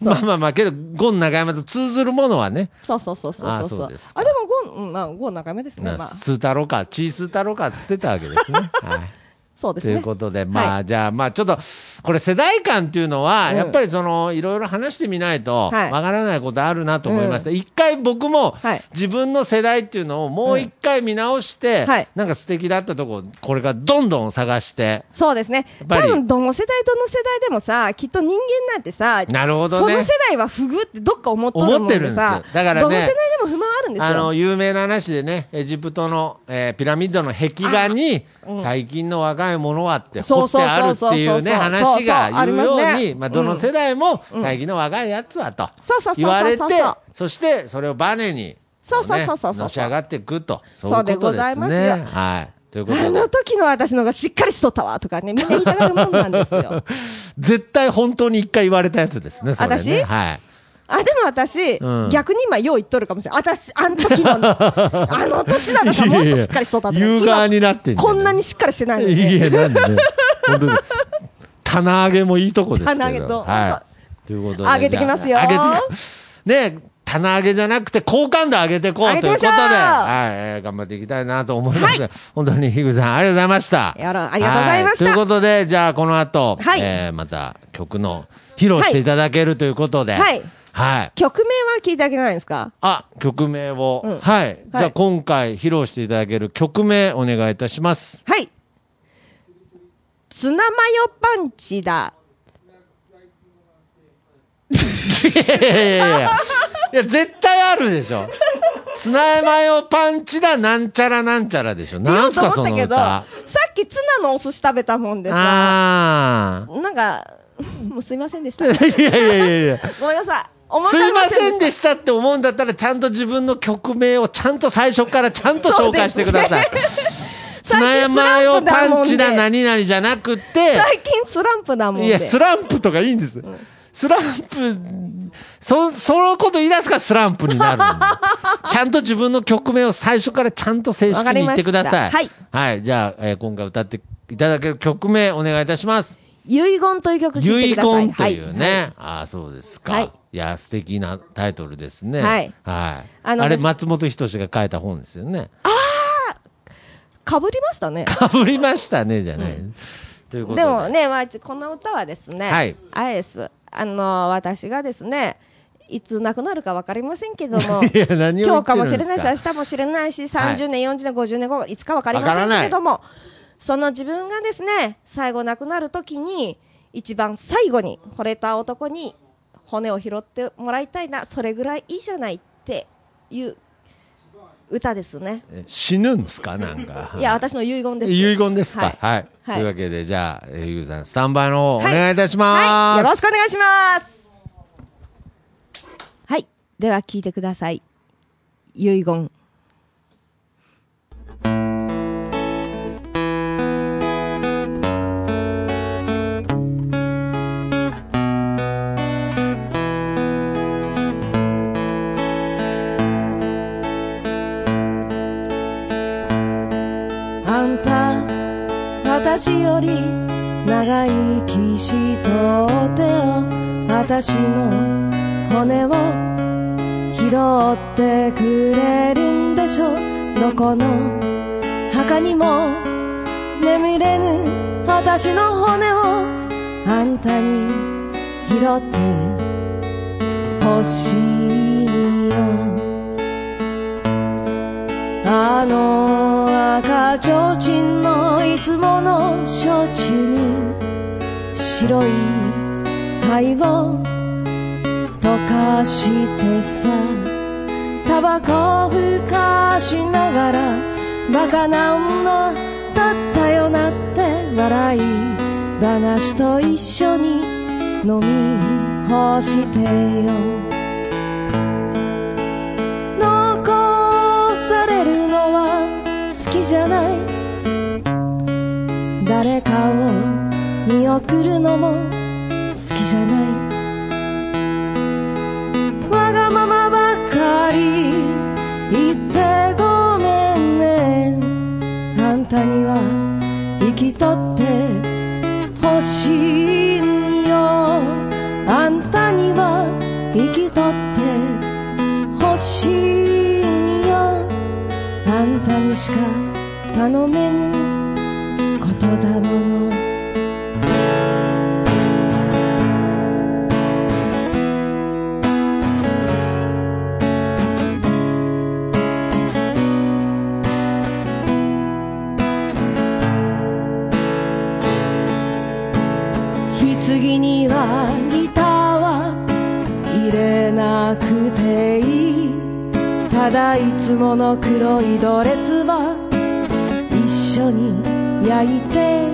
S4: まあまあまあ、けど、ゴン中山と通ずるものはね、
S3: そうそうそうそうそう
S4: あ
S3: そ
S4: そううですか
S3: あでもゴン、うんまあゴン長めですね。まあ
S4: スータロか、チースータロかって言ってたわ けですね。はい
S3: そうです
S4: と
S3: ね。
S4: いうことで、ま
S3: は
S4: あ、じゃあ、まあ、ちょっと、これ世代間っていうのは、
S3: うん
S4: やっぱりその、いろいろ話してみないと、わ
S3: はい
S4: からないことあるなと思いました。一回僕も
S3: はい、
S4: 自分の世代っていうのをもう一回見直して
S3: んはい、
S4: なんか素敵だったとこ、これからどんどん探して、
S3: そうですね。
S4: っぱ
S3: 多
S4: り
S3: 分どの世代どの世代でもさ、きっと人間なんてさ、
S4: なるほどね
S3: その世代は不遇ってどっか思っとるもんで
S4: 思ってる
S3: さ
S4: んですよ、だからね
S3: どの世代でも不満あるんですよ。
S4: あの有名な話でねエジプトの、えーピラミッドの壁画に、最近の若いものはって
S3: そ
S4: 掘
S3: う
S4: っ
S3: そ
S4: て
S3: う
S4: ある
S3: そう
S4: って
S3: そう
S4: いうね
S3: そうそう
S4: 話
S3: そうそうあ
S4: が
S3: り
S4: 言う
S3: ま
S4: よ
S3: す
S4: う
S3: ね
S4: に、まあ、どの世代も、最近の若いやつはと
S3: そうそうそうそうそう
S4: 言われてそしてそれをバネに
S3: そうそう
S4: こね
S3: そうそうそう
S4: のし上がっていくと
S3: そう
S4: そういうこ
S3: でご
S4: とで
S3: ざ
S4: す
S3: います
S4: ね。
S3: よ
S4: はいということ
S3: あ
S4: で
S3: の時の私のがしっかりしとったわとかね、みんな言いたがるもんなんです よ。
S4: 絶対本当に一回言われたやつですねそれね
S3: 私
S4: はい
S3: あ、でも私、
S4: うん
S3: 逆に今よう言っとるかもしれない。私、あの時の、 あの年だったからもっとしっかりしとったと
S4: いやいや
S3: 思う
S4: 言う側になってんじゃ
S3: 今
S4: ない
S3: こんなにしっかりしてないのに、
S4: いや、なんでね。本当に。棚上げもいいとこですけど。
S3: 棚上げどう
S4: はい。ということで。
S3: 上げてきますよ
S4: 上げてね棚上げじゃなくて、好感度上げていこう
S3: 上
S4: とい
S3: げ
S4: う
S3: て
S4: こ
S3: みまし
S4: とで、
S3: ょう
S4: はい、えー頑張っていきたいなと思います。本当に、ヒグさん、ありがとうございました。
S3: やろうありがとうございました
S4: はということで、じゃあ、この後、
S3: はい
S4: えーまた曲の披露していただけるということで、
S3: はい
S4: はい。
S3: 曲名は聞いてあげないんですか
S4: あ、曲名を、
S3: ん
S4: はい。じゃ
S3: は
S4: あ、
S3: い
S4: 今回披露していただける曲名、お願いいたします。
S3: はい。ツナマヨパンチだ。
S4: いやいやいや いや。いや、絶対あるでしょ。ツナマヨパンチだ、なんちゃらなんちゃらでしょ。なんす
S3: 言お
S4: か、
S3: うと
S4: そ
S3: 思った
S4: の
S3: けど、
S4: 歌
S3: さ。っきツナのお寿司食べたもんでさ、
S4: あ
S3: なんか、もうすいませんで した。
S4: あ。いやいやいやいや。
S3: ごめんなさい。思
S4: すいませんで
S3: し
S4: したって思うんだったら、ちゃんと自分の曲名をちゃんと最初からちゃんと紹介してください。ツ
S3: 最
S4: ナ
S3: 近ス
S4: マ
S3: ラ
S4: ヨ
S3: ンプだ
S4: パ
S3: も
S4: ン
S3: ん
S4: チ
S3: で。
S4: だ、何々じゃなくて、
S3: 最近スランプだもんで。
S4: いや、スランプとかいいんです。 スランプ、そ、そのこと言い出すからスランプになるんだ。ちゃんと自分の曲名を最初からちゃんと正式に言ってください。
S3: わかりまし
S4: はい。じゃあ、えー今回歌っていただける曲名お願いいたします。
S3: 遺言という曲聞いて
S4: 遺
S3: ください。
S4: 言というね。ああ、そうですか。
S3: はいい。
S4: や、素敵なタイトルですね。
S3: はい
S4: はい。あ
S3: あの
S4: れ、
S3: です
S4: 松本人志が書いた本ですよね。
S3: かぶりましたね。
S4: かぶりましたね、じゃない。ということで。
S3: でもね、まあ、この歌はですね、
S4: はい
S3: あれです。あの、私がですね、いつ亡くなるか分かりませんけど も、
S4: いや何
S3: 今
S4: を言
S3: 日
S4: って
S3: か
S4: るん
S3: も
S4: ですか
S3: しれないし、明日もしれないし、
S4: はい
S3: 30年、40年、50年後、いつか分かりませんけれども、その自分がですね、最後亡くなる時に、一番最後に惚れた男に骨を拾ってもらいたいな、それぐらいいいじゃないっていう歌ですね。
S4: え死ぬんですかなんか。
S3: いや、私の遺言です。
S4: 遺言ですか。はい。
S3: はい
S4: というわけで、じゃあ、えーゆうさん、スタンバイの方、
S3: はい
S4: お願いいたします。
S3: はい、よろしくお願いします。はい、では聞いてください。遺言。あんた私より長生きしとってよ私の骨を拾ってくれるんでしょどこの墓にも眠れぬ私の骨をあんたに拾ってほしいよあの赤ちょうちんのいつもの焼酎に白い灰を溶かしてさタバコをふかしながらバカな女だったよなって笑い話と一緒に飲み干してよ残されるのは好きじゃない誰かを見送るのも好きじゃないわがままばかり言ってごめんねあんたには生きとってほしいよあんたには生きとって欲しいよあんたにしか頼めぬことだもの棺にはギターは入れなくていいただいつもの黒いドレスは一緒に焼いて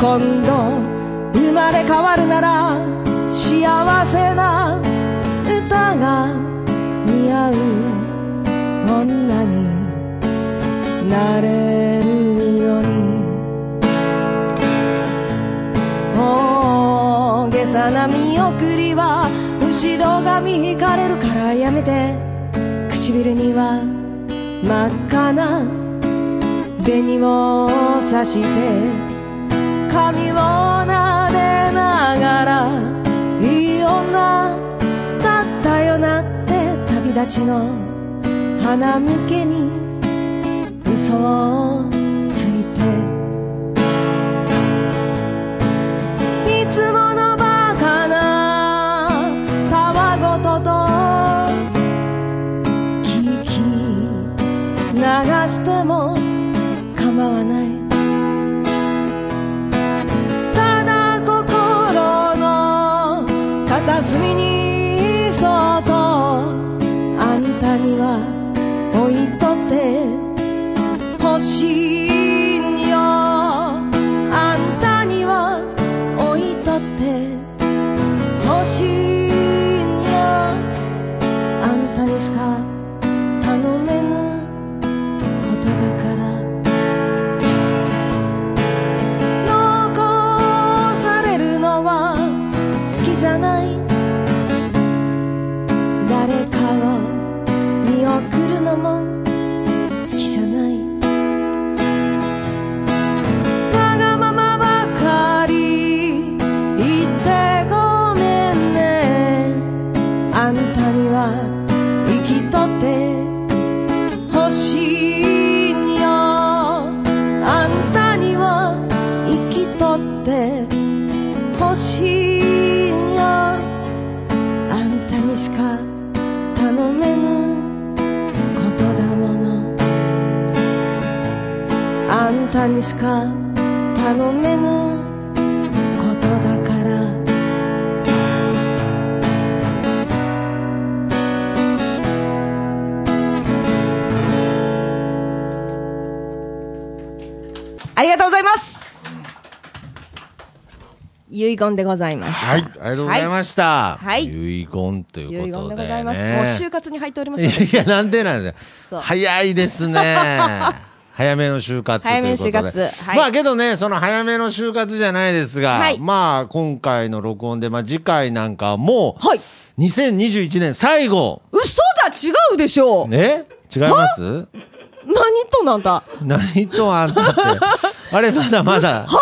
S3: 今度生まれ変わるなら幸せな歌が似合う女になれるように大げさな見送りは後ろ髪引かれるからやめて唇には真っ赤な紅を刺して髪を撫でながらいい女だったよなって旅立ちの花向けに嘘をついていつものバカなたわごとと聞き流しても構わないただ心の片隅にそっとあんたには置いとって欲しいんよあんたには置いとって欲しいんよあんたにしか頼めぬことだから残されるのは好きじゃない誰かを見送るも好きじゃないわがままばかり言ってごめんねあんたには生きとってほしいんよあんたには生きとってほしいんよあんたにしか頼めぬことだものあんたにしか頼めぬことだからありがとうございます遺言でございました
S4: はい、ありがとうございました。
S3: はい
S4: 遺言という
S3: 遺言で
S4: こと
S3: ご
S4: で、ね。
S3: ざいます。もう就活に入っておりますので。
S4: いや、なんでなんです
S3: そう
S4: よ。早いです ね。早めの就活ということで。
S3: 早めの就活はい
S4: まあけどね、その早めの就活じゃないですが、
S3: はい
S4: まあ今回の録音で、まあ次回なんかはも
S3: はい。
S4: う、2021年最後。
S3: 嘘だ違うでしょう、
S4: え違います
S3: 何となんだ
S4: 何とあんたって。あれ、まだまだ。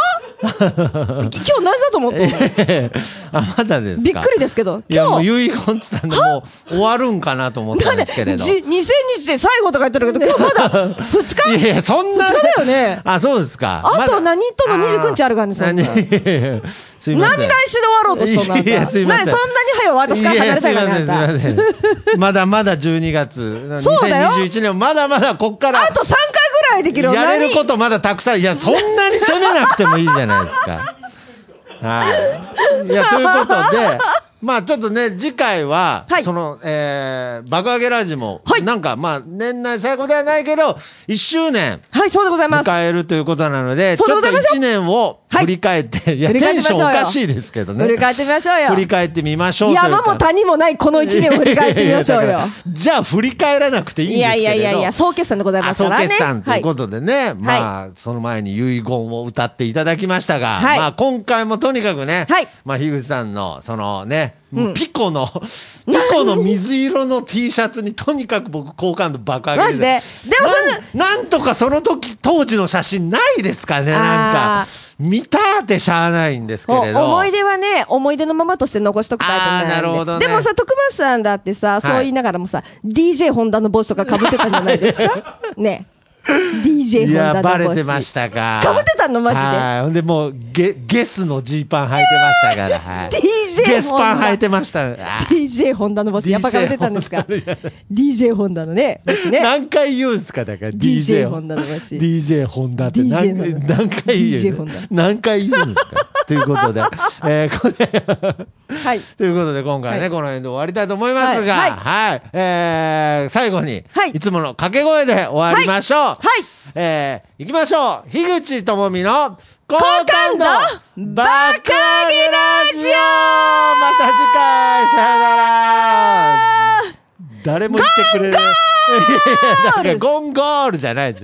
S3: 今日何時だと思ったの
S4: あ、まだですか。
S3: びっくりですけど。
S4: いや、も
S3: 今
S4: う
S3: 日。
S4: 遺言って言ったんで、もう終わるんかなと思っ
S3: な
S4: た
S3: ん
S4: ん
S3: で、
S4: で
S3: じ
S4: す
S3: 2000
S4: けれど。
S3: 日で最後とか言ってるけど、今日ま だ2日
S4: いやいや、そんな。
S3: 二日だよね
S4: あ、そうですか。
S3: あと
S4: まだ
S3: 何との29日あるからねそんな
S4: あいやいやいや すいませ
S3: 何
S4: ん。
S3: 来週で終わろうとしとんのあん
S4: いや
S3: た
S4: すいません
S3: 何そんなに早う私から離れたいからねあんた。
S4: いやすいません、すいません。まだまだ12月。
S3: そうだよ
S4: 2021年、まだまだこっから。
S3: あと3回ぐらいできるよ
S4: やれるこ
S3: 何
S4: とまだたくさん。いや、そんなに責めなくてもいいじゃないですか。はい。い や、ということで、まあちょっとね、次回は、
S3: はい
S4: その、えー、爆上げラジも、
S3: はい
S4: なんか、まあ年内最後ではないけど、1周年、
S3: はい、そうでございます。
S4: 迎えるということなので、ち
S3: そうで
S4: ょ
S3: ご
S4: っ
S3: ざ
S4: と
S3: いましょう
S4: 1年を振り返って、い、や、
S3: 振り
S4: テ
S3: 返って
S4: ン
S3: みまし
S4: シ
S3: ょ
S4: ョ
S3: う
S4: ン
S3: よ
S4: おかしいですけどね。
S3: 振り返ってみましょうよ
S4: 振。り返ってみましょうというか。
S3: 山も谷もないこの1年を振り返ってみましょう
S4: い
S3: よ
S4: やいや。じゃあ振り返らなくていいんです
S3: い
S4: けれ
S3: や
S4: ど
S3: いやいやいや、総決算でございますからね。
S4: あ総決算ということでね、まあ、その前に遺言を歌っていただきましたが、
S3: はい
S4: まあ、今回もとにかくね、
S3: はい
S4: まあ、樋口さんの、そのね、ピ コの、ピコの水色の T シャツにとにかく僕、好感度爆上げ
S3: マジででも
S4: なんなんとかその時、当時の写真ないですかね、なん
S3: あ
S4: か。見たってしゃあないんですけれど。
S3: お思い出はね、思い出のままとして残しとくタイプなんで。
S4: あーなるほどね
S3: でもさ、徳松さんだってさ、そう言いながらもさ、DJ 本田の帽子とか被ってたんじゃないです かね。DJ
S4: い
S3: 本
S4: や、
S3: 田の帽子。
S4: バレてましたか。
S3: 被ってたのマジで
S4: はい。ほんで、もう、ゲ、ゲスのジーパン履いてましたか ら。はい
S3: DJ
S4: ゲスパン
S3: 本田
S4: 履いてました。あ
S3: DJ 本田の帽子、やっぱ被ってたんですか ?DJ 本田のね。ですね。
S4: 何回言うんですかだから
S3: DJ
S4: DJ
S3: 本田の帽子
S4: DJ ホンダって
S3: DJ
S4: 何
S3: ホンダ
S4: 何回言
S3: DJ ホ
S4: う
S3: ンダ
S4: 何回言うんですかということで、 えーこれ
S3: はい。
S4: ということで今回はね、
S3: はい
S4: この辺で終わりたいと思いますが、
S3: は
S4: はいい、えー最後に、
S3: はい
S4: い、つもの掛け声で終わりましょう。は
S3: は
S4: い
S3: い
S4: えー行きましょう。樋口智美の好
S3: 感度
S4: バカげラジオまた次回、さよなら誰も言ってくれる。 いやいやだからゴンゴールじゃないで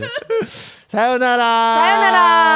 S4: す。さよなら。
S3: さよなら